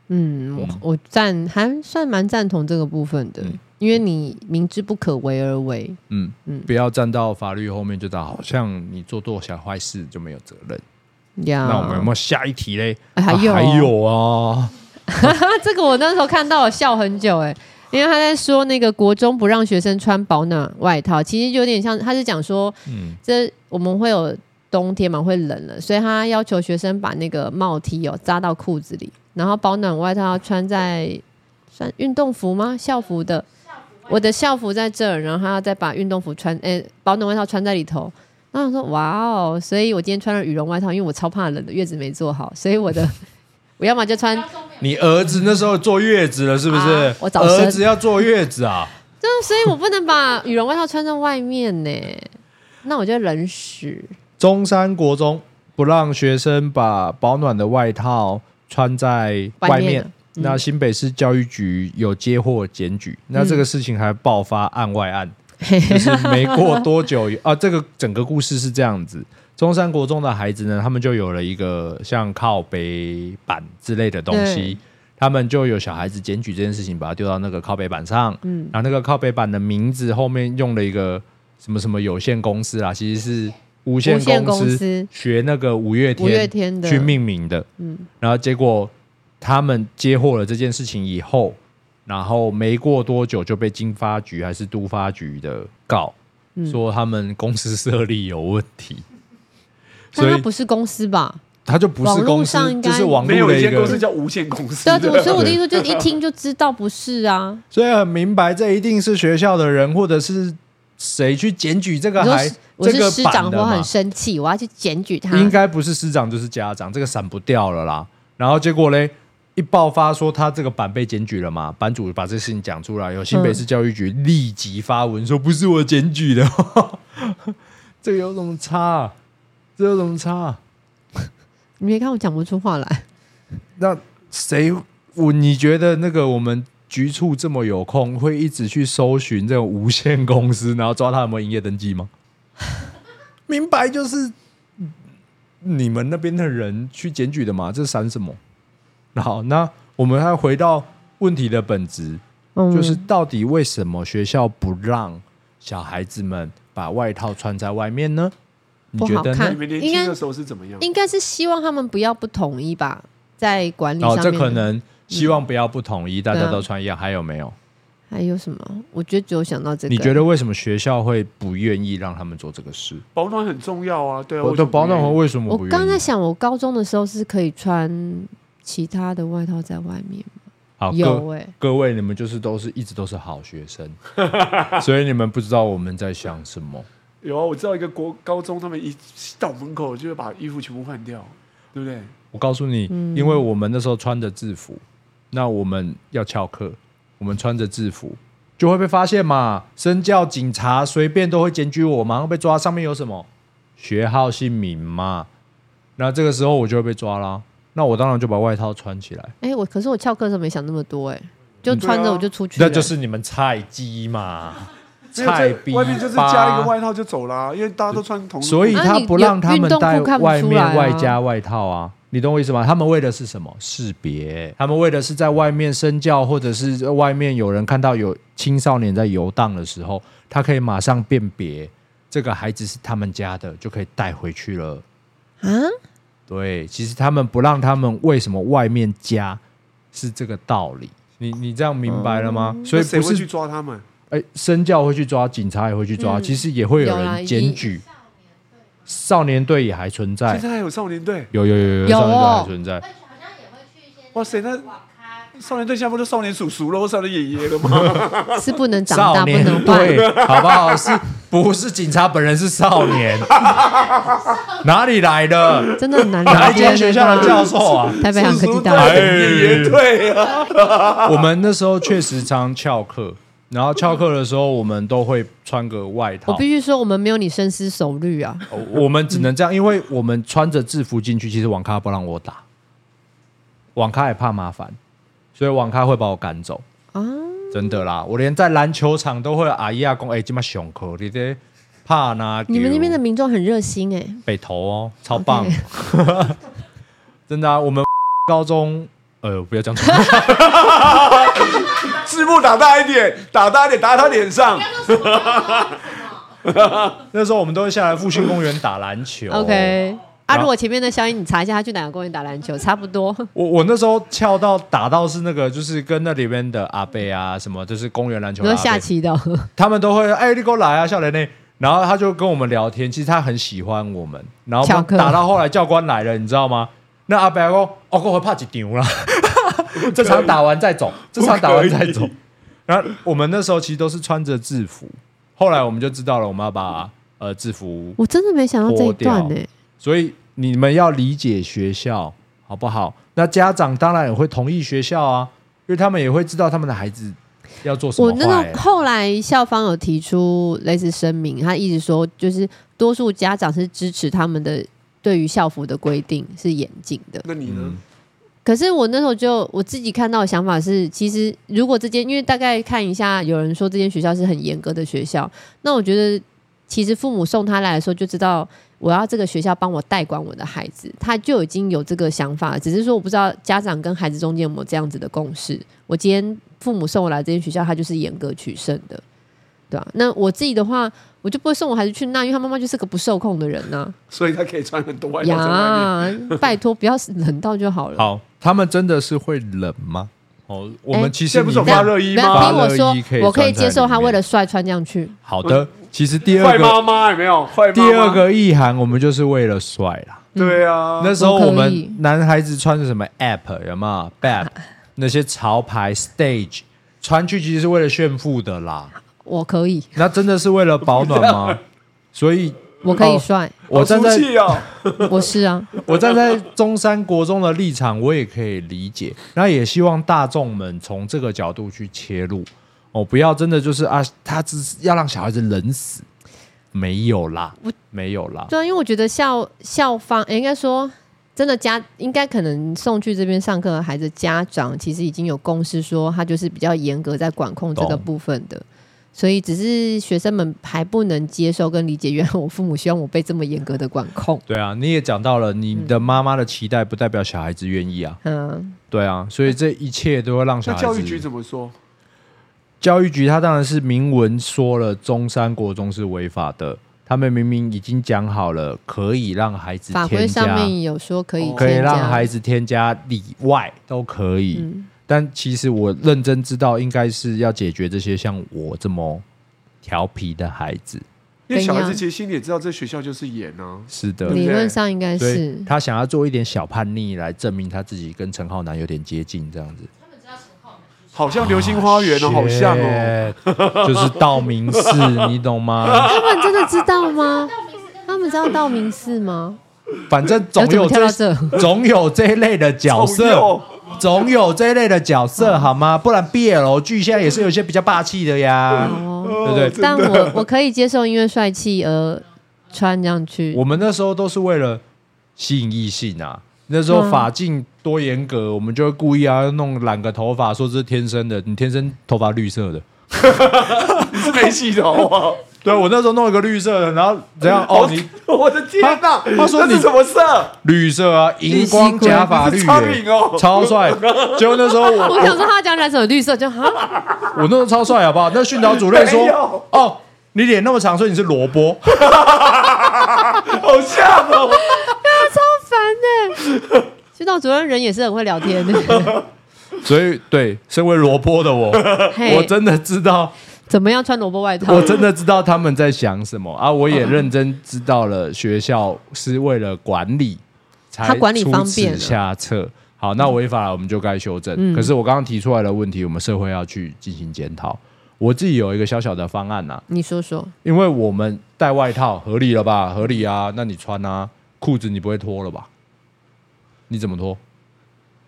S2: 嗯，我我赞还算蛮赞同这个部分的，
S1: 嗯
S2: 因为你明知不可为而为，
S1: 嗯
S2: 嗯
S1: 不要站到法律后面就打，好像你做多小坏事就没有责任。
S2: 呀，
S1: 那我们有没有下一题嘞？
S2: 哎啊还有哦
S1: 啊还有啊，
S2: 啊， 这个我那时候看到我笑很久哎、因为他在说那个国中不让学生穿保暖外套，其实有点像他是讲说，
S1: 嗯
S2: 这我们会有冬天嘛，会冷了，所以他要求学生把那个帽 T 哦扎到裤子里，然后保暖外套要穿在算运动服吗？校服的，我的校服在这儿，然后他要再把运动服穿，诶、保暖外套穿在里头。然后我说哇哦，所以我今天穿了羽绒外套，因为我超怕冷的，月子没做好，所以我的 我要么就穿
S1: 你儿子那时候坐月子了是不是？
S2: 啊我早生
S1: 儿子要坐月子啊。
S2: 那所以我不能把羽绒外套穿在外面呢，那我就冷死。
S1: 中山国中不让学生把保暖的外套穿在外
S2: 外
S1: 面。
S2: 面嗯
S1: 那新北市教育局有接获检举，那
S2: 嗯
S1: 这个事情还爆发案外 案，就是没过多久啊，这个整个故事是这样子。中山国中的孩子呢，他们就有了一个像靠背板之类的东
S2: 对
S1: 西，他们就有小孩子检举这件事情，把它丢到那个靠背板上，
S2: 嗯
S1: 然后那个靠背板的名字后面用了一个什么什么有限公司啦，其实是无限
S2: 无限
S1: 公
S2: 公
S1: 司
S2: 司
S1: 学那个五月天
S2: 五月天的
S1: 去命名的，
S2: 嗯
S1: 然后结果他们接获了这件事情以后，然后没过多久就被经发局还是都发局的告，
S2: 嗯
S1: 说他们公司设立有问题，
S2: 但
S1: 所
S2: 它
S1: 以
S2: 不是公司吧？
S1: 他就不
S2: 网
S1: 是
S2: 络
S1: 公
S2: 上
S1: 司
S2: 应，该
S1: 就是嗯网
S3: 没
S1: 络
S3: 有
S1: 的
S3: 一
S1: 一
S3: 间
S1: 个
S3: 公司叫无限公司
S2: 对啊，
S3: 的，
S2: 所以我的意思就是一听就知道不是 啊。
S1: 所以很明白，这一定是学校的人或者是谁去检举这个
S2: 你说
S1: 孩
S2: 是，我
S1: 这
S2: 是
S1: 个
S2: 师
S1: 版
S2: 长，
S1: 的
S2: 我
S1: 嘛
S2: 很？生气，我要去检举他。
S1: 应该不是师长就是家长，这个闪不掉了啦。然后结果嘞，一爆发说他这个版被检举了嘛，版主把这事情讲出来，有新北市教育局立即发文说不是我检举的， 这个有什么差啊、这有什么差啊、
S2: 你没看我讲不出话来，
S1: 那谁我你觉得那个我们局处这么有空，会一直去搜寻这种无限公司，然后抓他有没有营业登记吗？ 明白就是你们那边的人去检举的嘛，这闪什么？好，那我们还回到问题的本质，
S2: 嗯
S1: 就是到底为什么学校不让小孩子们把外套穿在外面呢？你觉得
S2: 不好
S1: 呢
S2: 看
S3: 你？们年
S2: 啊应该
S3: 轻的时候是怎么样？
S2: 应该是希望他们不要不统一吧，在管理上
S1: 哦，
S2: 面。啊
S1: 这可能希望不要不统一，大家都穿一样。还有没有？
S2: 还有什么？我觉得只有想到这个。
S1: 你觉得为什么学校会不愿意让他们做这个事？
S3: 保暖很重要啊，对啊，
S1: 我的保暖
S3: 为什么
S1: 会为什么不
S2: 我
S3: 不愿意
S2: 刚
S1: 愿
S2: 在
S1: 意？
S2: 想，我高中的时候是可以穿其他的外套在外面，
S1: 好，
S2: 有
S1: 各
S2: 哎、
S1: 各位，你们就是都是一直都是好学 生，所以你们不知道我们在想什么。
S3: 有啊，我知道一个国高中，他们一到门口就会把衣服全部换掉，对不对？
S1: 我告诉你，
S2: 嗯
S1: 因为我们那时候穿着制服，那我们要翘课，我们穿着制服就会被发现嘛，身教警察随便都会检举我，马上被抓。上面有什么学号姓名嘛？那这个时候我就会被抓啦。那我当然就把外套穿起来，
S2: 哎、我可是我翘课的时候没想那么多、哎，就穿
S3: 对
S2: 着
S3: 啊
S2: 我就出去了、
S1: 那就是你们菜鸡 嘛，
S3: 没有
S1: 菜逼
S3: 外面就是
S1: 吧
S3: 加一个外套就走啦，因为大家都穿同一个
S1: 所以
S2: 啊
S1: 他
S2: 你
S1: 不
S2: 有
S1: 让他
S2: 运
S1: 们
S2: 动
S1: 带
S2: 裤看不
S1: 外
S2: 出
S1: 面
S2: 来啊
S1: 外加外套啊，你懂我意思吗？他们为的是什么？识别，他们为的是在外面身教，或者是外面有人看到有青少年在游荡的时候，他可以马上辨别这个孩子是他们家的，就可以带回去了。
S2: 啊，
S1: 对，其实他们不让他们为什么外面加是这个道理。你你这样明白了吗？所以
S3: 嗯那谁
S1: 不
S3: 会
S1: 是
S3: 去抓他们？
S1: 哎，身教会去抓，警察也会去抓，
S2: 嗯
S1: 其实也会有
S2: 有啦
S1: 人检举。少年队也还存在
S3: 现，在还有少年队，
S1: 有有有有有
S2: 有
S1: 少年队
S2: 哦
S1: 还存在，
S4: 好像也会去一些
S3: 哇塞，那
S4: 网咖，
S3: 少年队现在不都少年叔叔了，或少年爷爷了 吗？
S2: 是不能长
S1: 少
S2: 大，不
S1: 年
S2: 能坏。
S1: 对，好不好？是不是警察本人是少 年？哪里来的？
S2: 真的很难了解。
S1: 哪一间学校的教授啊？
S2: 台北航科
S3: 叔
S2: 技
S3: 叔
S2: 大
S1: 哎
S3: 队、
S2: 学，
S3: 爷爷队啊，
S1: 我们那时候确实常翘课，然后翘课的时候我们都会穿个外
S2: 我
S1: 套
S2: 必，须说，我们没有你深思熟虑啊。
S1: 哦我我们只能这样，因为我们穿着制服进去，其实网咖不让我打，网咖也怕麻烦，所以网咖会把我赶走。
S2: 啊，
S1: 真的啦，我连在篮球场都会有阿姨阿公哎，今嘛上课你这怕哪丢？
S2: 你们那边的民众很热心哎、
S1: 北投哦，超棒 真的啊，我们高中呃不要讲出来，
S3: 字幕打大一点，打大一点，打他脸上。
S2: 嗯
S1: 那时候我们都会下来复兴公园打篮球。
S2: OK。啊，
S1: 哦然后啊
S2: 如果前面的消音，你查一下，他去哪个公园打篮球，差不多。
S1: 我我那时候翘到打到是那个，就是跟那里边的阿贝啊，什么就是公园篮球
S2: 你
S1: 的
S2: 说
S1: 阿伯
S2: 下，棋的哦，
S1: 他们都会哎、你给我来啊，笑脸内。然后他就跟我们聊天，其实他很喜欢我们。然后我
S2: 翘
S1: 们
S2: 课
S1: 打到后来教官来了，你知道吗？那阿贝还说：“哦，我会怕几丢啦， 这场打完再走，这场打完再走。”然后我们那时候其实都是穿着制服，后来我们就知道了，我们要把呃制服
S2: 我真的没想到这一段哎呢、
S1: 所以你们要理解学校好不好？那家长当然也会同意学校啊，因为他们也会知道他们的孩子要做什么
S2: 我
S1: 坏、啊
S2: 那个后来校方有提出类似声明，他一直说，就是多数家长是支持他们的对于校服的规定是严谨的。
S3: 那你呢？
S2: 可是我那时候就我自己看到的想法是，其实如果这间，因为大概看一下，有人说这间学校是很严格的学校，那我觉得其实父母送他来的时候就知道，我要这个学校帮我代管我的孩子，他就已经有这个想法，只是说我不知道家长跟孩子中间有没有这样子的共识。我今天父母送我来这间学校，他就是严格取胜的，对啊，那我自己的话，我就不会送我孩子去那，因为他妈妈就是个不受控的人呐、
S3: 所以他可以穿很多外套在外面。
S2: 呀，拜托不要冷到就好了。
S1: 好，他们真的是会冷吗？哦，我们其实
S3: 哎现在不是有
S1: 你
S3: 发热衣
S2: 不要
S1: 发
S3: 吗？
S2: 听我
S1: 热
S2: 说
S1: 衣可以，
S2: 我可以
S1: 穿在
S2: 接受他
S1: 里面
S2: 为了帅穿这样去。
S1: 好的，其实第
S3: 坏
S1: 二个
S3: 妈妈有没有？坏妈妈
S1: 第二个意涵，我们就是为了帅啦。
S3: 对啊，
S1: 那时候我
S2: 我可以
S1: 们男孩子穿着什么 App 有没有 b a p 那些潮牌 Stage 穿去其实是为了炫富的啦。
S2: 我可以，
S1: 那真的是为了保暖吗？所以
S2: 我可以
S1: 哦
S2: 帅，
S1: 我
S3: 好
S1: 站在
S3: 出气 哦，
S2: 我是啊，
S1: 我站在中山国中的立场，我也可以理解。那也希望大众们从这个角度去切入哦，不要真的就是啊，他只是要让小孩子冷死，没有啦，没有啦。
S2: 对啊，因为我觉得校校方、诶应该说。真的家应该可能送去这边上课的孩子家长，其实已经有共识说他就是比较严格在管控这个
S1: 懂
S2: 部分的，所以只是学生们还不能接受跟理解，原来我父母希望我被这么严格的管控，
S1: 对啊，你也讲到了，你的妈妈的期待不代表小孩子愿意啊。
S2: 嗯，
S1: 对啊，所以这一切都会让小
S3: 那
S1: 孩子。
S3: 教育局怎么说？
S1: 教育局他当然是明文说了中山国中是违法的，他们明明已经讲好了可以让孩子
S2: 法规
S1: 添
S2: 上
S1: 加，哦
S2: 面有说可以
S1: 可以
S2: 添加
S1: 让孩子添加里外都可以。
S2: 嗯
S1: 但其实我认真知道，应该是要解决这些像我这么调皮的孩子。
S3: 因为小孩
S2: 怎
S3: 子
S2: 样
S3: 其实心里也知道这学校就是演啊，
S1: 是的，
S2: 理论上应该
S1: 所
S2: 是
S1: 以他想要做一点小叛逆来证明他自己跟陈浩南有点接近，这样子。
S3: 好像《流星花
S1: 啊
S3: 园》哦，好像哦。
S1: Shit，就是 道明寺，你懂吗？
S2: 他们真的知道吗？他们知道道明寺吗？
S1: 反正总
S2: 怎
S1: 有
S2: 么 跳
S1: 这
S2: 到这？
S1: 总有这一类的角 色
S3: 好，幼
S1: 总有这一类的角色，好吗？不然 BL 剧现在也是有一些比较霸气的呀，
S2: 哦，
S1: 对不对？
S2: 但我我可以接受因为帅气而穿这样去
S1: 我。们那时候都是为了吸引异性啊，那时候
S2: 嗯
S1: 法禁多严格，我们就会故意啊弄染个头发，说这是天生的，你天生头发绿色的。
S3: 你 是没系统哦！
S1: 对啊，我那时候弄一个绿色的，然后怎样？
S3: 好
S1: 哦，你
S3: 我的天哪！
S1: 他他说
S3: 那
S1: 你
S3: 是什么色？
S1: 绿色啊，荧光假发绿、
S3: 你是苍蝇哦
S1: 欸， 超帅。结果那时候 我
S2: 我想说他讲染什么绿色，就哈，
S1: 我那时候超帅，好不好？那训导主任
S3: 没
S1: 说
S3: 有：“
S1: 哦，你脸那么长，所以你是萝卜。
S3: 好像哦！
S2: 超烦欸的。指导主任人也是很会聊 天的，”
S1: 所以，对，身为萝卜的我，
S2: 嘿
S1: 我真的知道
S2: 怎么样穿萝卜外 套
S1: 我？真的知道他们在想什么啊！我也认真知道了，学校是为了管理才
S2: 它管理
S1: 出
S2: 方
S1: 此
S2: 便嗯了
S1: 下策。好，那违法了我们就该修正。可是我刚刚提出来的问题，我们社会要去进行检讨。我自己有一个小小的方案呐、啊
S2: 你说说，
S1: 因为我们带外套合理了吧？合理啊，那你穿啊，裤子你不会脱了吧？你怎么脱？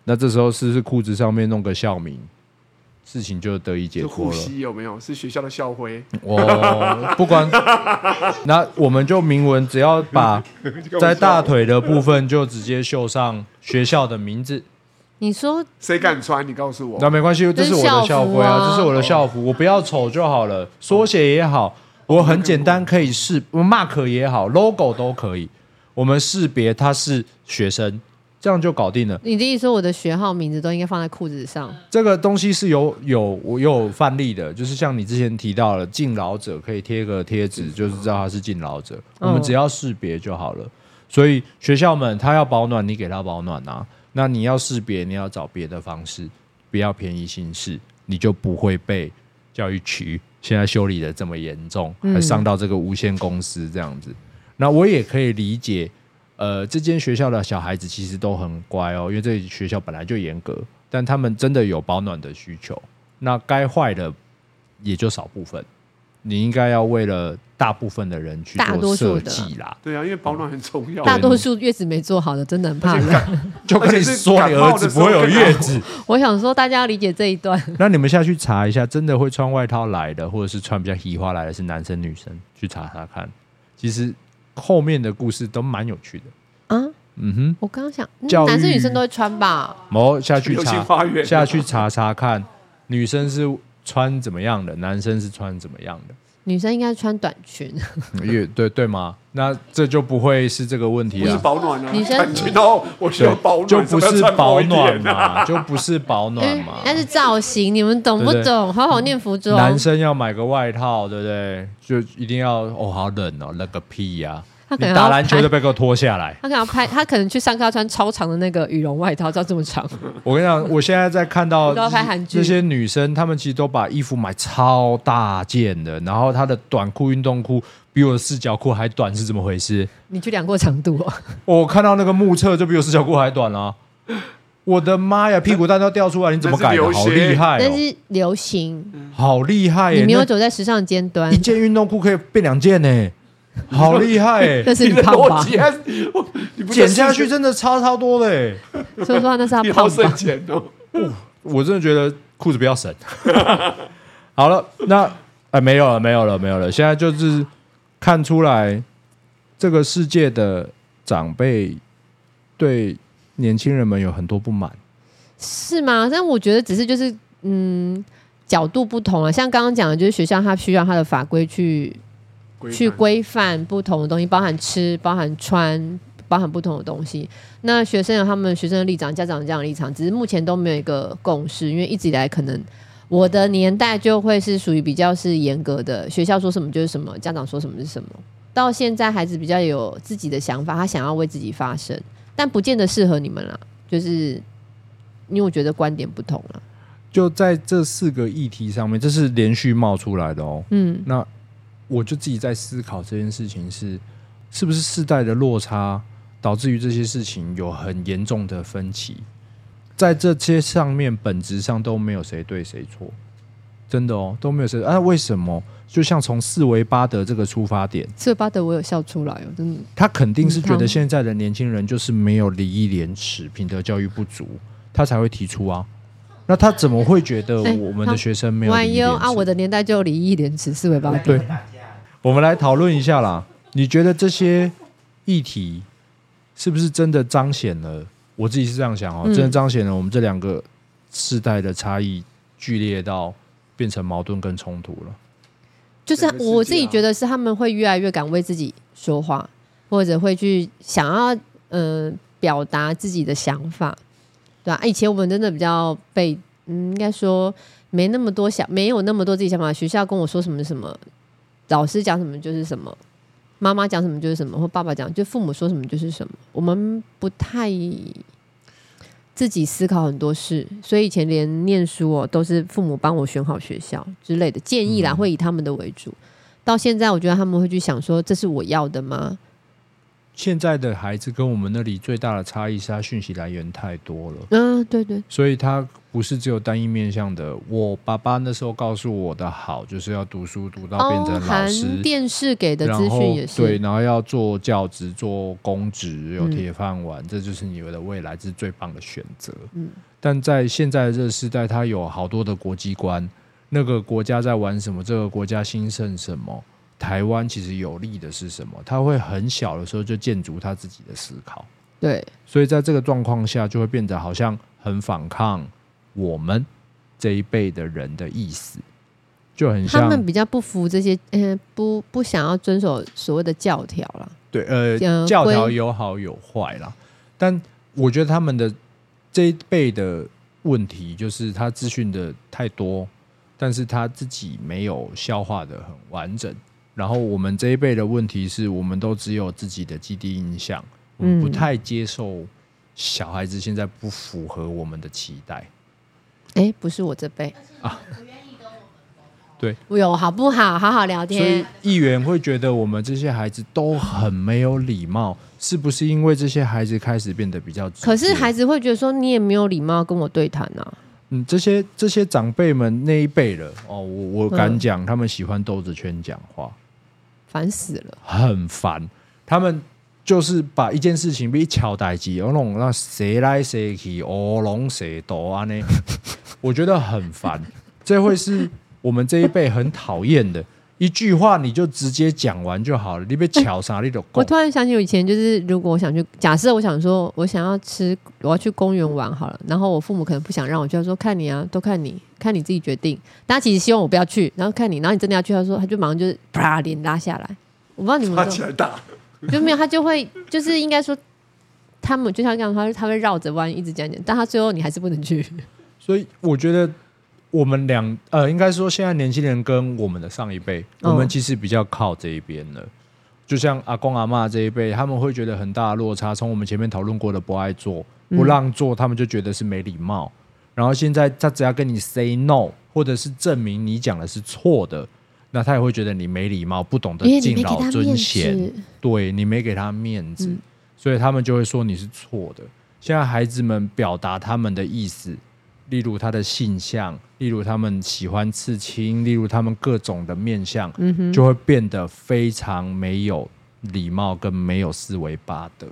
S1: 那这时候是不是裤子上面弄个校名，事情 就得以解
S3: 就
S1: 脱
S3: 护
S1: 了？
S3: 膝有没有？是学校的校徽，
S1: 哦，不管，那我们就明文，只要把在大腿的部分就直接绣上学校的名字，
S2: 你说
S3: 谁敢穿？你告诉
S1: 那
S3: 我。
S1: 没关系，这是我的校
S2: 校服
S1: 徽
S2: 啊
S1: 这是我的校服，我不要丑就好了，缩写也好，我很简单可以识我，mark 也好，logo 都可以，我们识别他是学生，这样就搞定了。
S2: 你的意思，说我的学号名字都应该放在裤子上？
S1: 这个东西是有有我有范例的，就是像你之前提到了敬老者可以贴个贴纸，就是知道他是敬老者，我们只要识别就好了。所以学校们他要保暖，你给他保暖啊。那你要识别，你要找别的方式，不要便宜行事，你就不会被教育局现在修理的这么严重，还上到这个无限公司这样子。那我也可以理解，呃，这间学校的小孩子其实都很乖哦，因为这学校本来就严格，但他们真的有保暖的需求。那该坏的也就少部分，你应该要为了大部分的人去
S2: 大多
S1: 做
S2: 数
S1: 设
S2: 的
S1: 计啦。
S3: 对啊，因为保暖很重要。
S2: 大多数月子没做好的，真的很怕 冷。
S1: 就跟你说，你儿子不会有月子。
S2: 我想说，大家要理解这一段。
S1: 那你们下去查一下，真的会穿外套来的，或者是穿比较嘻花来的是男生女生，去查查看。其实后面的故事都蛮有趣的。
S2: 啊，
S1: 嗯哼。
S2: 我刚刚想，嗯
S1: 教育
S2: 男生女生都会穿吧？
S1: 某下去
S3: 流星
S1: 查
S3: 花园啊
S1: 下去查查看，女生是穿怎么样的，男生是穿怎么样的，
S2: 女生应该穿短裙，
S1: 也对对吗？那这就不会是这个问题
S3: 不是
S1: 啊，
S3: 保暖啊，
S2: 女生
S3: 感觉到我需要保
S1: 对，
S3: 暖，
S1: 就不
S3: 怎么
S1: 是
S3: 样穿
S1: 保
S3: 薄一
S1: 暖
S3: 点啊
S1: 嘛，就不是保
S2: 因
S1: 暖
S2: 为
S1: 嘛。
S2: 那哎是造型，你们懂不
S1: 对对嗯
S2: 懂？好好念服装。
S1: 男生要买个外套，对不对？就一定要哦，好冷哦，冷个屁呀、
S2: 他可
S1: 你
S2: 能
S1: 打
S2: 要
S1: 篮球
S2: 拍
S1: 都被给我脱下来。
S2: 他可能要拍，他可能去上课要穿超长的那个羽绒外套，知道这么 长。
S1: 我跟你讲，我现在在看到
S2: 我都要拍韩剧
S1: 这些女生，她们其实都把衣服买超大件的，然后她的短裤、运动裤比我的四角裤还短，是怎么回事？
S2: 你去量过长度哦？
S1: 我看到那个目测就比我四角裤还短啦、啊我的妈呀，屁股蛋都掉出来，你怎么改的？
S3: 那是流
S1: 好
S3: 血
S1: 厉害、
S2: 但
S1: 哦，
S2: 是流行，
S1: 好厉害耶、
S2: 你没有
S1: 哎那
S2: 走在时尚的尖端
S1: 一，件运动裤可以变两件呢、 好厉害耶、
S2: 那是
S3: 你
S2: 你
S3: 的
S2: 胖吧
S3: 逻？辑还是，我你不是
S1: 剪下去
S3: 数学
S1: 真的差超多的、欸，
S2: 所以说那是他
S3: 你
S2: 胖
S3: 好
S2: 吧
S3: 省？钱哦。
S1: 我真的觉得裤子不要省。 好了，那哎，没有了，没有了，没有了。现在就是看出来这个世界的长辈对年轻人们有很多不满。
S2: 是吗？但我觉得只是就是嗯。角度不同啊，像刚刚讲的，就是学校它需要它的法规去去
S3: 规
S2: 规范不同的东西，包含吃，包含穿，包含不同的东西。那学生有他们学生的立场，家长有这样的立场，只是目前都没有一个共识，因为一直以来可能我的年代就会是属于比较是严格的，学校说什么就是什么，家长说什么是什么。到现在孩子比较有自己的想法，他想要为自己发声，但不见得适合你们啦，就是。因为我觉得观点不同啦，
S1: 就在这四个议题上面，这是连续冒出来的哦。
S2: 嗯，
S1: 那我就自己在思考这件事情是，是不是世代的落差导致于这些事情有很严重的分歧，在这些上面本质上都没有谁对谁错，真的哦，都没有谁啊？为什么？就像从四维巴德这个出发点，
S2: 这巴德我有笑出来哦，真的，
S1: 他肯定是觉
S2: 嗯他
S1: 得现在的年轻人就是没有礼义廉耻、品德教育不足，他才会提出啊。那他怎么会觉得
S2: 哎
S1: 我们的学生没有
S2: 万
S1: 礼义
S2: 一
S1: 廉耻？
S2: 啊，我的年代就有礼义廉耻四维八德，
S1: 对，我们来讨论一下啦。你觉得这些议题是不是真的彰显了？我自己是这样想哦，
S2: 嗯
S1: 真的彰显了我们这两个世代的差异剧烈到变成矛盾跟冲突了。
S2: 就是
S3: 整个世界啊
S2: 我自己觉得是他们会越来越敢为自己说话，或者会去想要嗯、呃表达自己的想法，对吧、啊？以前我们真的比较被嗯，应该说没那么多想，没有那么多自己想法。学校跟我说什么什么，老师讲什么就是什么，妈妈讲什么就是什么，或爸爸讲就父母说什么就是什么，我们不太。自己思考很多事，所以以前连念书哦都是父母帮我选好学校之类的建议啦，
S1: 嗯
S2: 会以他们的为主。到现在，我觉得他们会去想说，这是我要的吗？
S1: 现在的孩子跟我们那里最大的差异是，他讯息来源太多了。
S2: 嗯，对对，
S1: 所以他不是只有单一面向的。我爸爸那时候告诉我的好，就是要读书读到变成老师，
S2: 含电视给的
S1: 然
S2: 资
S1: 后
S2: 讯也是，
S1: 对，然后要做教职、做公职，有
S2: 嗯
S1: 铁饭碗，这就是你们的未来，这是最棒的选择。
S2: 嗯
S1: 但在现在的这个时代，它有好多的国际观，那个国家在玩什么，这个国家兴盛什么。台湾其实有利的是什么？他会很小的时候就建筑他自己的思考，
S2: 对，
S1: 所以在这个状况下，就会变得好像很反抗我们这一辈的人的意思，就很
S2: 他
S1: 像
S2: 们比较不服这些，嗯，不不想要遵守所谓的教条啦。
S1: 对呃
S2: 呃
S1: 教条
S2: 规
S1: 有好有坏啦，但我觉得他们的这一辈的问题就是他资讯的太多，但是他自己没有消化的很完整。然后我们这一辈的问题是我们都只有自己的基地印象，我们不
S2: 嗯
S1: 太接受小孩子现在不符合我们的期待。
S2: 哎，不是我这辈
S1: 啊对，
S2: 有好不好？好好聊
S1: 所以
S2: 天，
S1: 议员会觉得我们这些孩子都很没有礼貌，是不是因为这些孩子开始变得比较直接？
S2: 可是孩子会觉得说你也没有礼貌跟我对谈啊。
S1: 嗯，这些这些长辈们那一辈了哦，我我敢
S2: 嗯
S1: 讲，他们喜欢兜着圈讲话，
S2: 烦死了！
S1: 很烦。他们就是把一件事情比巧代机，有那种那谁来谁去，哦龙谁斗啊呢， 我觉得很烦。这会是我们这一辈很讨厌的一句话，你就直接讲完就好了。你被巧啥，你就
S2: 我
S1: 够。
S2: 突然想起我以前就是，如果我想去，假设我想说，我想要吃，我要去公园玩好了，然后我父母可能不想让我去，他说看你啊，都看你，看你自己决定。但他其实希望我不要去，然后看你，然后你真的要去，他说他就马上就是啪脸拉下来。我不知道你们有
S3: 他
S2: 没有
S3: 起 来打，
S2: 就没有，他就会就是应该说，他们就像刚刚说，他会绕着弯一直讲讲，但他最后你还是不能去。
S1: 所以我觉得我们两呃，应该说现在年轻人跟我们的上一辈，我们
S2: 嗯
S1: 其实比较靠这一边了。就像阿公阿嬷这一辈，他们会觉得很大的落差。从我们前面讨论过的不爱做、不让做，他们就觉得是没礼貌。然后现在他只要跟你 say no，或者是证明你讲的是错的，那他也会觉得你没礼貌，不懂得敬老尊贤。，对你没给他面子，
S2: 嗯
S1: 所以他们就会说你是错的。现在孩子们表达他们的意思，例如他的性向，例如他们喜欢刺青，例如他们各种的面相，
S2: 嗯哼，
S1: 就会变得非常没有礼貌跟没有思维巴德。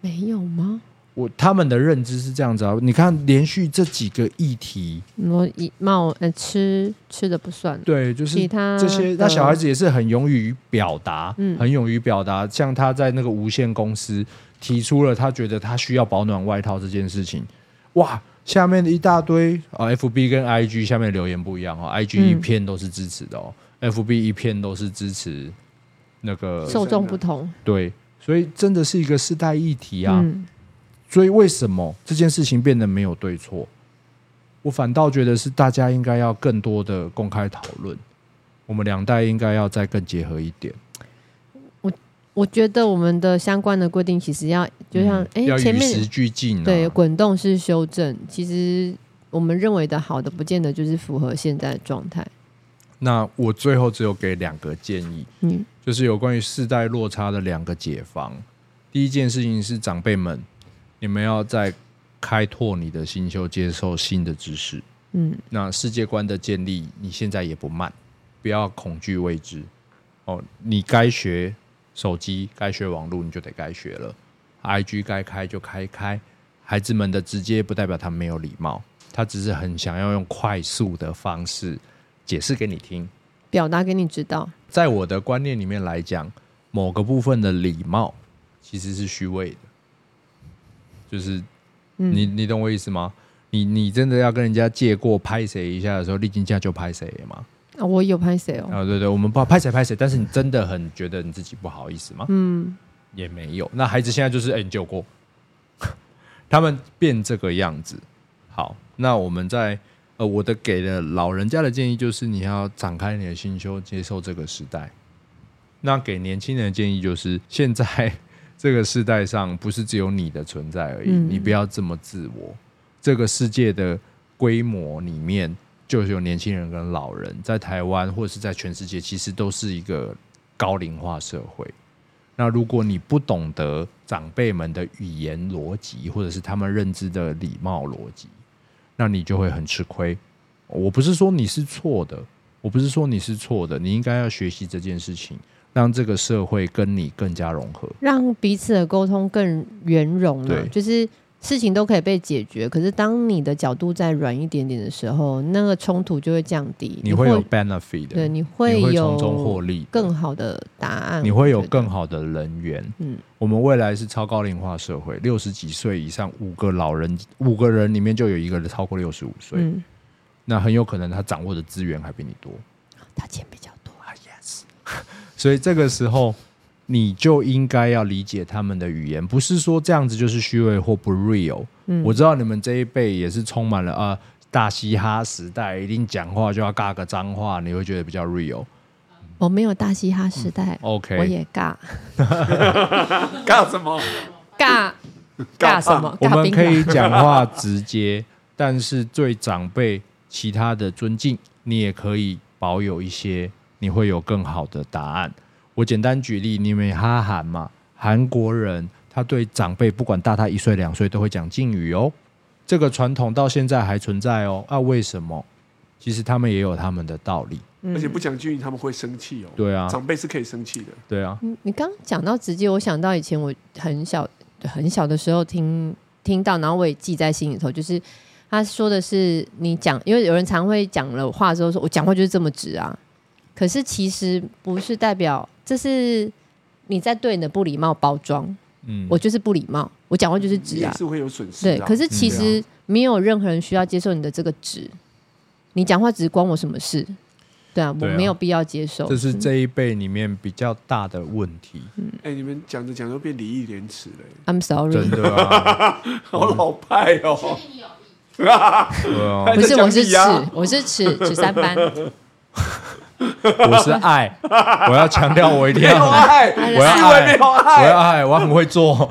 S2: 没有吗？
S1: 我他们的认知是这样子啊，你看连续这几个议题，
S2: 我以貌呃吃吃的不算，
S1: 对，就是
S2: 其他
S1: 这些，那
S2: 的
S1: 小孩子也是很勇于表达，
S2: 嗯
S1: 很勇于表达。像他在那个无线公司提出了他觉得他需要保暖外套这件事情，哇，下面的一大堆啊、呃 f b 跟 IG 下面的留言不一样哦，IG
S2: 嗯
S1: 一片都是支持的哦、f b 一片都是支持那个
S2: 受众不同
S1: 对，所以真的是一个世代议题啊。
S2: 嗯
S1: 所以为什么这件事情变得没有对错？我反倒觉得是大家应该要更多的公开讨论，我们两代应该要再更结合一点。
S2: 我觉得我们的相关的规定其实要就像
S1: 嗯
S2: 哎、
S1: 要
S2: 前
S1: 与时
S2: 面
S1: 俱进、啊，
S2: 对滚动式修正，其实我们认为的好的，不见得就是符合现在的状态。
S1: 那我最后只有给两个建议，
S2: 嗯
S1: 就是有关于世代落差的两个解放。第一件事情是长辈们，你们要在开拓你的心胸，接受新的知识。
S2: 嗯，
S1: 那世界观的建立，你现在也不慢，不要恐惧未知。哦，你该学手机，该学网络，你就得该学了。IG 该开就开开。孩子们的直接不代表他没有礼貌，他只是很想要用快速的方式解释给你听。
S2: 表达给你知道，
S1: 在我的观念里面来讲，某个部分的礼貌其实是虚伪的，就是
S2: 嗯
S1: 你你懂我意思吗？你你真的要跟人家借过拍谁一下的时候，历经价就拍谁嘛？
S2: 啊我有拍谁哦，
S1: 啊，对对，我们不拍谁拍谁，但是你真的很觉得你自己不好意思吗？
S2: 嗯。
S1: 也没有。那孩子现在就是，哎、你救过， 他们变这个样子。好，那我们在呃，我的给了老人家的建议就是，你要展开你的心胸，接受这个时代。那给年轻人的建议就是，现在这个世代上不是只有你的存在而已，
S2: 嗯
S1: 你不要这么自我。这个世界的规模里面，就是有年轻人跟老人，在台湾或者是在全世界，其实都是一个高龄化社会。那如果你不懂得长辈们的语言逻辑，或者是他们认知的礼貌逻辑，那你就会很吃亏。我不是说你是错的，我不是说你是错的，你应该要学习这件事情，让这个社会跟你更加融合。
S2: 让彼此的沟通更圆融了、
S1: 对
S2: 就是事情都可以被解决。可是当你的角度再软一点点的时候，那个冲突就会降低，
S1: 你会有 benefit 的，
S2: 对，
S1: 你
S2: 你会有
S1: 从中获利的，
S2: 更好的答案，
S1: 你会有
S2: 我觉得
S1: 更好的人缘。
S2: 嗯，
S1: 我们未来是超高龄化社会，六十几岁以上五个老人，五个人里面就有一个人超过六十五岁，
S2: 嗯，
S1: 那很有可能他掌握的资源还比你多。
S2: 他钱比较多，
S1: 所以这个时候你就应该要理解他们的语言，不是说这样子就是虚伪或不 real。
S2: 嗯
S1: 我知道你们这一辈也是充满了啊、呃大嘻哈时代，一定讲话就要尬个脏话，你会觉得比较 real。
S2: 我没有大嘻哈时代，我
S1: 嗯 OK，
S2: 也尬
S3: 干什么？
S2: 嗯 尬尬什么？
S1: 我
S2: 尬
S1: 们
S2: 冰
S1: 可以
S2: 榔
S1: 讲话直接， 但是对长辈其他的尊敬，你也可以保有一些，你会有更好的答案。我简单举例，你们哈韩嘛，韩国人他对长辈不管大他一岁两岁都会讲敬语哦，这个传统到现在还存在哦。啊，为什么？其实他们也有他们的道理。
S3: 嗯
S2: 嗯
S3: 而且不讲敬语，他们会生气哦。
S1: 对啊，
S3: 长辈是可以生气的。
S1: 对啊，
S2: 你你刚刚讲到直接，我想到以前我很小很小的时候听听到，然后我也记在心里头，就是他说的是你讲，因为有人常会讲了话之后说，我讲话就是这么直啊，可是其实不是代表这是你在对你的不礼貌包装，
S1: 嗯，
S2: 我就是不礼貌，我讲话就是直
S3: 也
S2: 啊，
S3: 是会有损失
S2: 对，
S3: 啊。
S2: 可是其
S1: 嗯对
S2: 实没有任何人需要接受你的这个直，你讲话直关我什么事？对啊，我
S1: 对啊
S2: 没有必要接受，
S1: 这是
S2: 嗯
S1: 这一辈里面比较大的问题，
S3: 哎，你们讲着讲着变礼义廉耻了，欸
S2: I'm sorry，
S1: 真的啊，
S3: 好老派哦。
S4: 定有意。
S1: 对啊。
S2: 不是，
S3: 在讲
S2: 我是
S3: 你
S2: 尺
S3: 啊，
S2: 我是尺尺三班。
S1: 我是爱，我要强调，我一定
S3: 没哎
S1: 要很，
S2: 哎
S3: 有爱，
S1: 我要
S3: 思维没
S1: 爱，
S3: 有
S1: 我
S3: 爱。
S1: 要爱，我很会 做。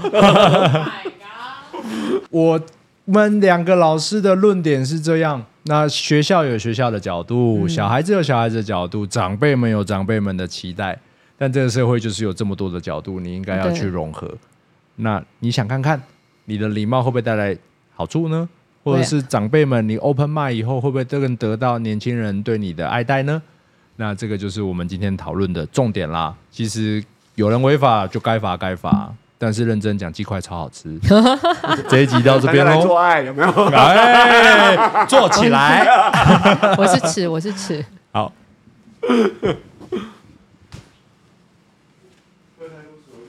S1: 我们两个老师的论点是这样：那学校有学校的角度，
S2: 嗯
S1: 小孩子有小孩子的角度，长辈们有长辈们的期待。但这个社会就是有这么多的角度，你应该要
S2: 对
S1: 去融合。那你想看看你的礼貌会不会带来好处呢？或者
S2: 对
S1: 是长辈们，你 open mind 以后会不会更得到年轻人对你的爱戴呢？那这个就是我们今天讨论的重点啦。其实有人违法就该罚该罚，但是认真讲，鸡块超好 吃。这一集到这
S3: 大
S1: 边
S3: 家
S2: 哦
S3: 来
S1: 喽
S3: 做，爱有没有？
S1: 哎，坐起来。
S2: 我是尺，我是尺。
S1: 好，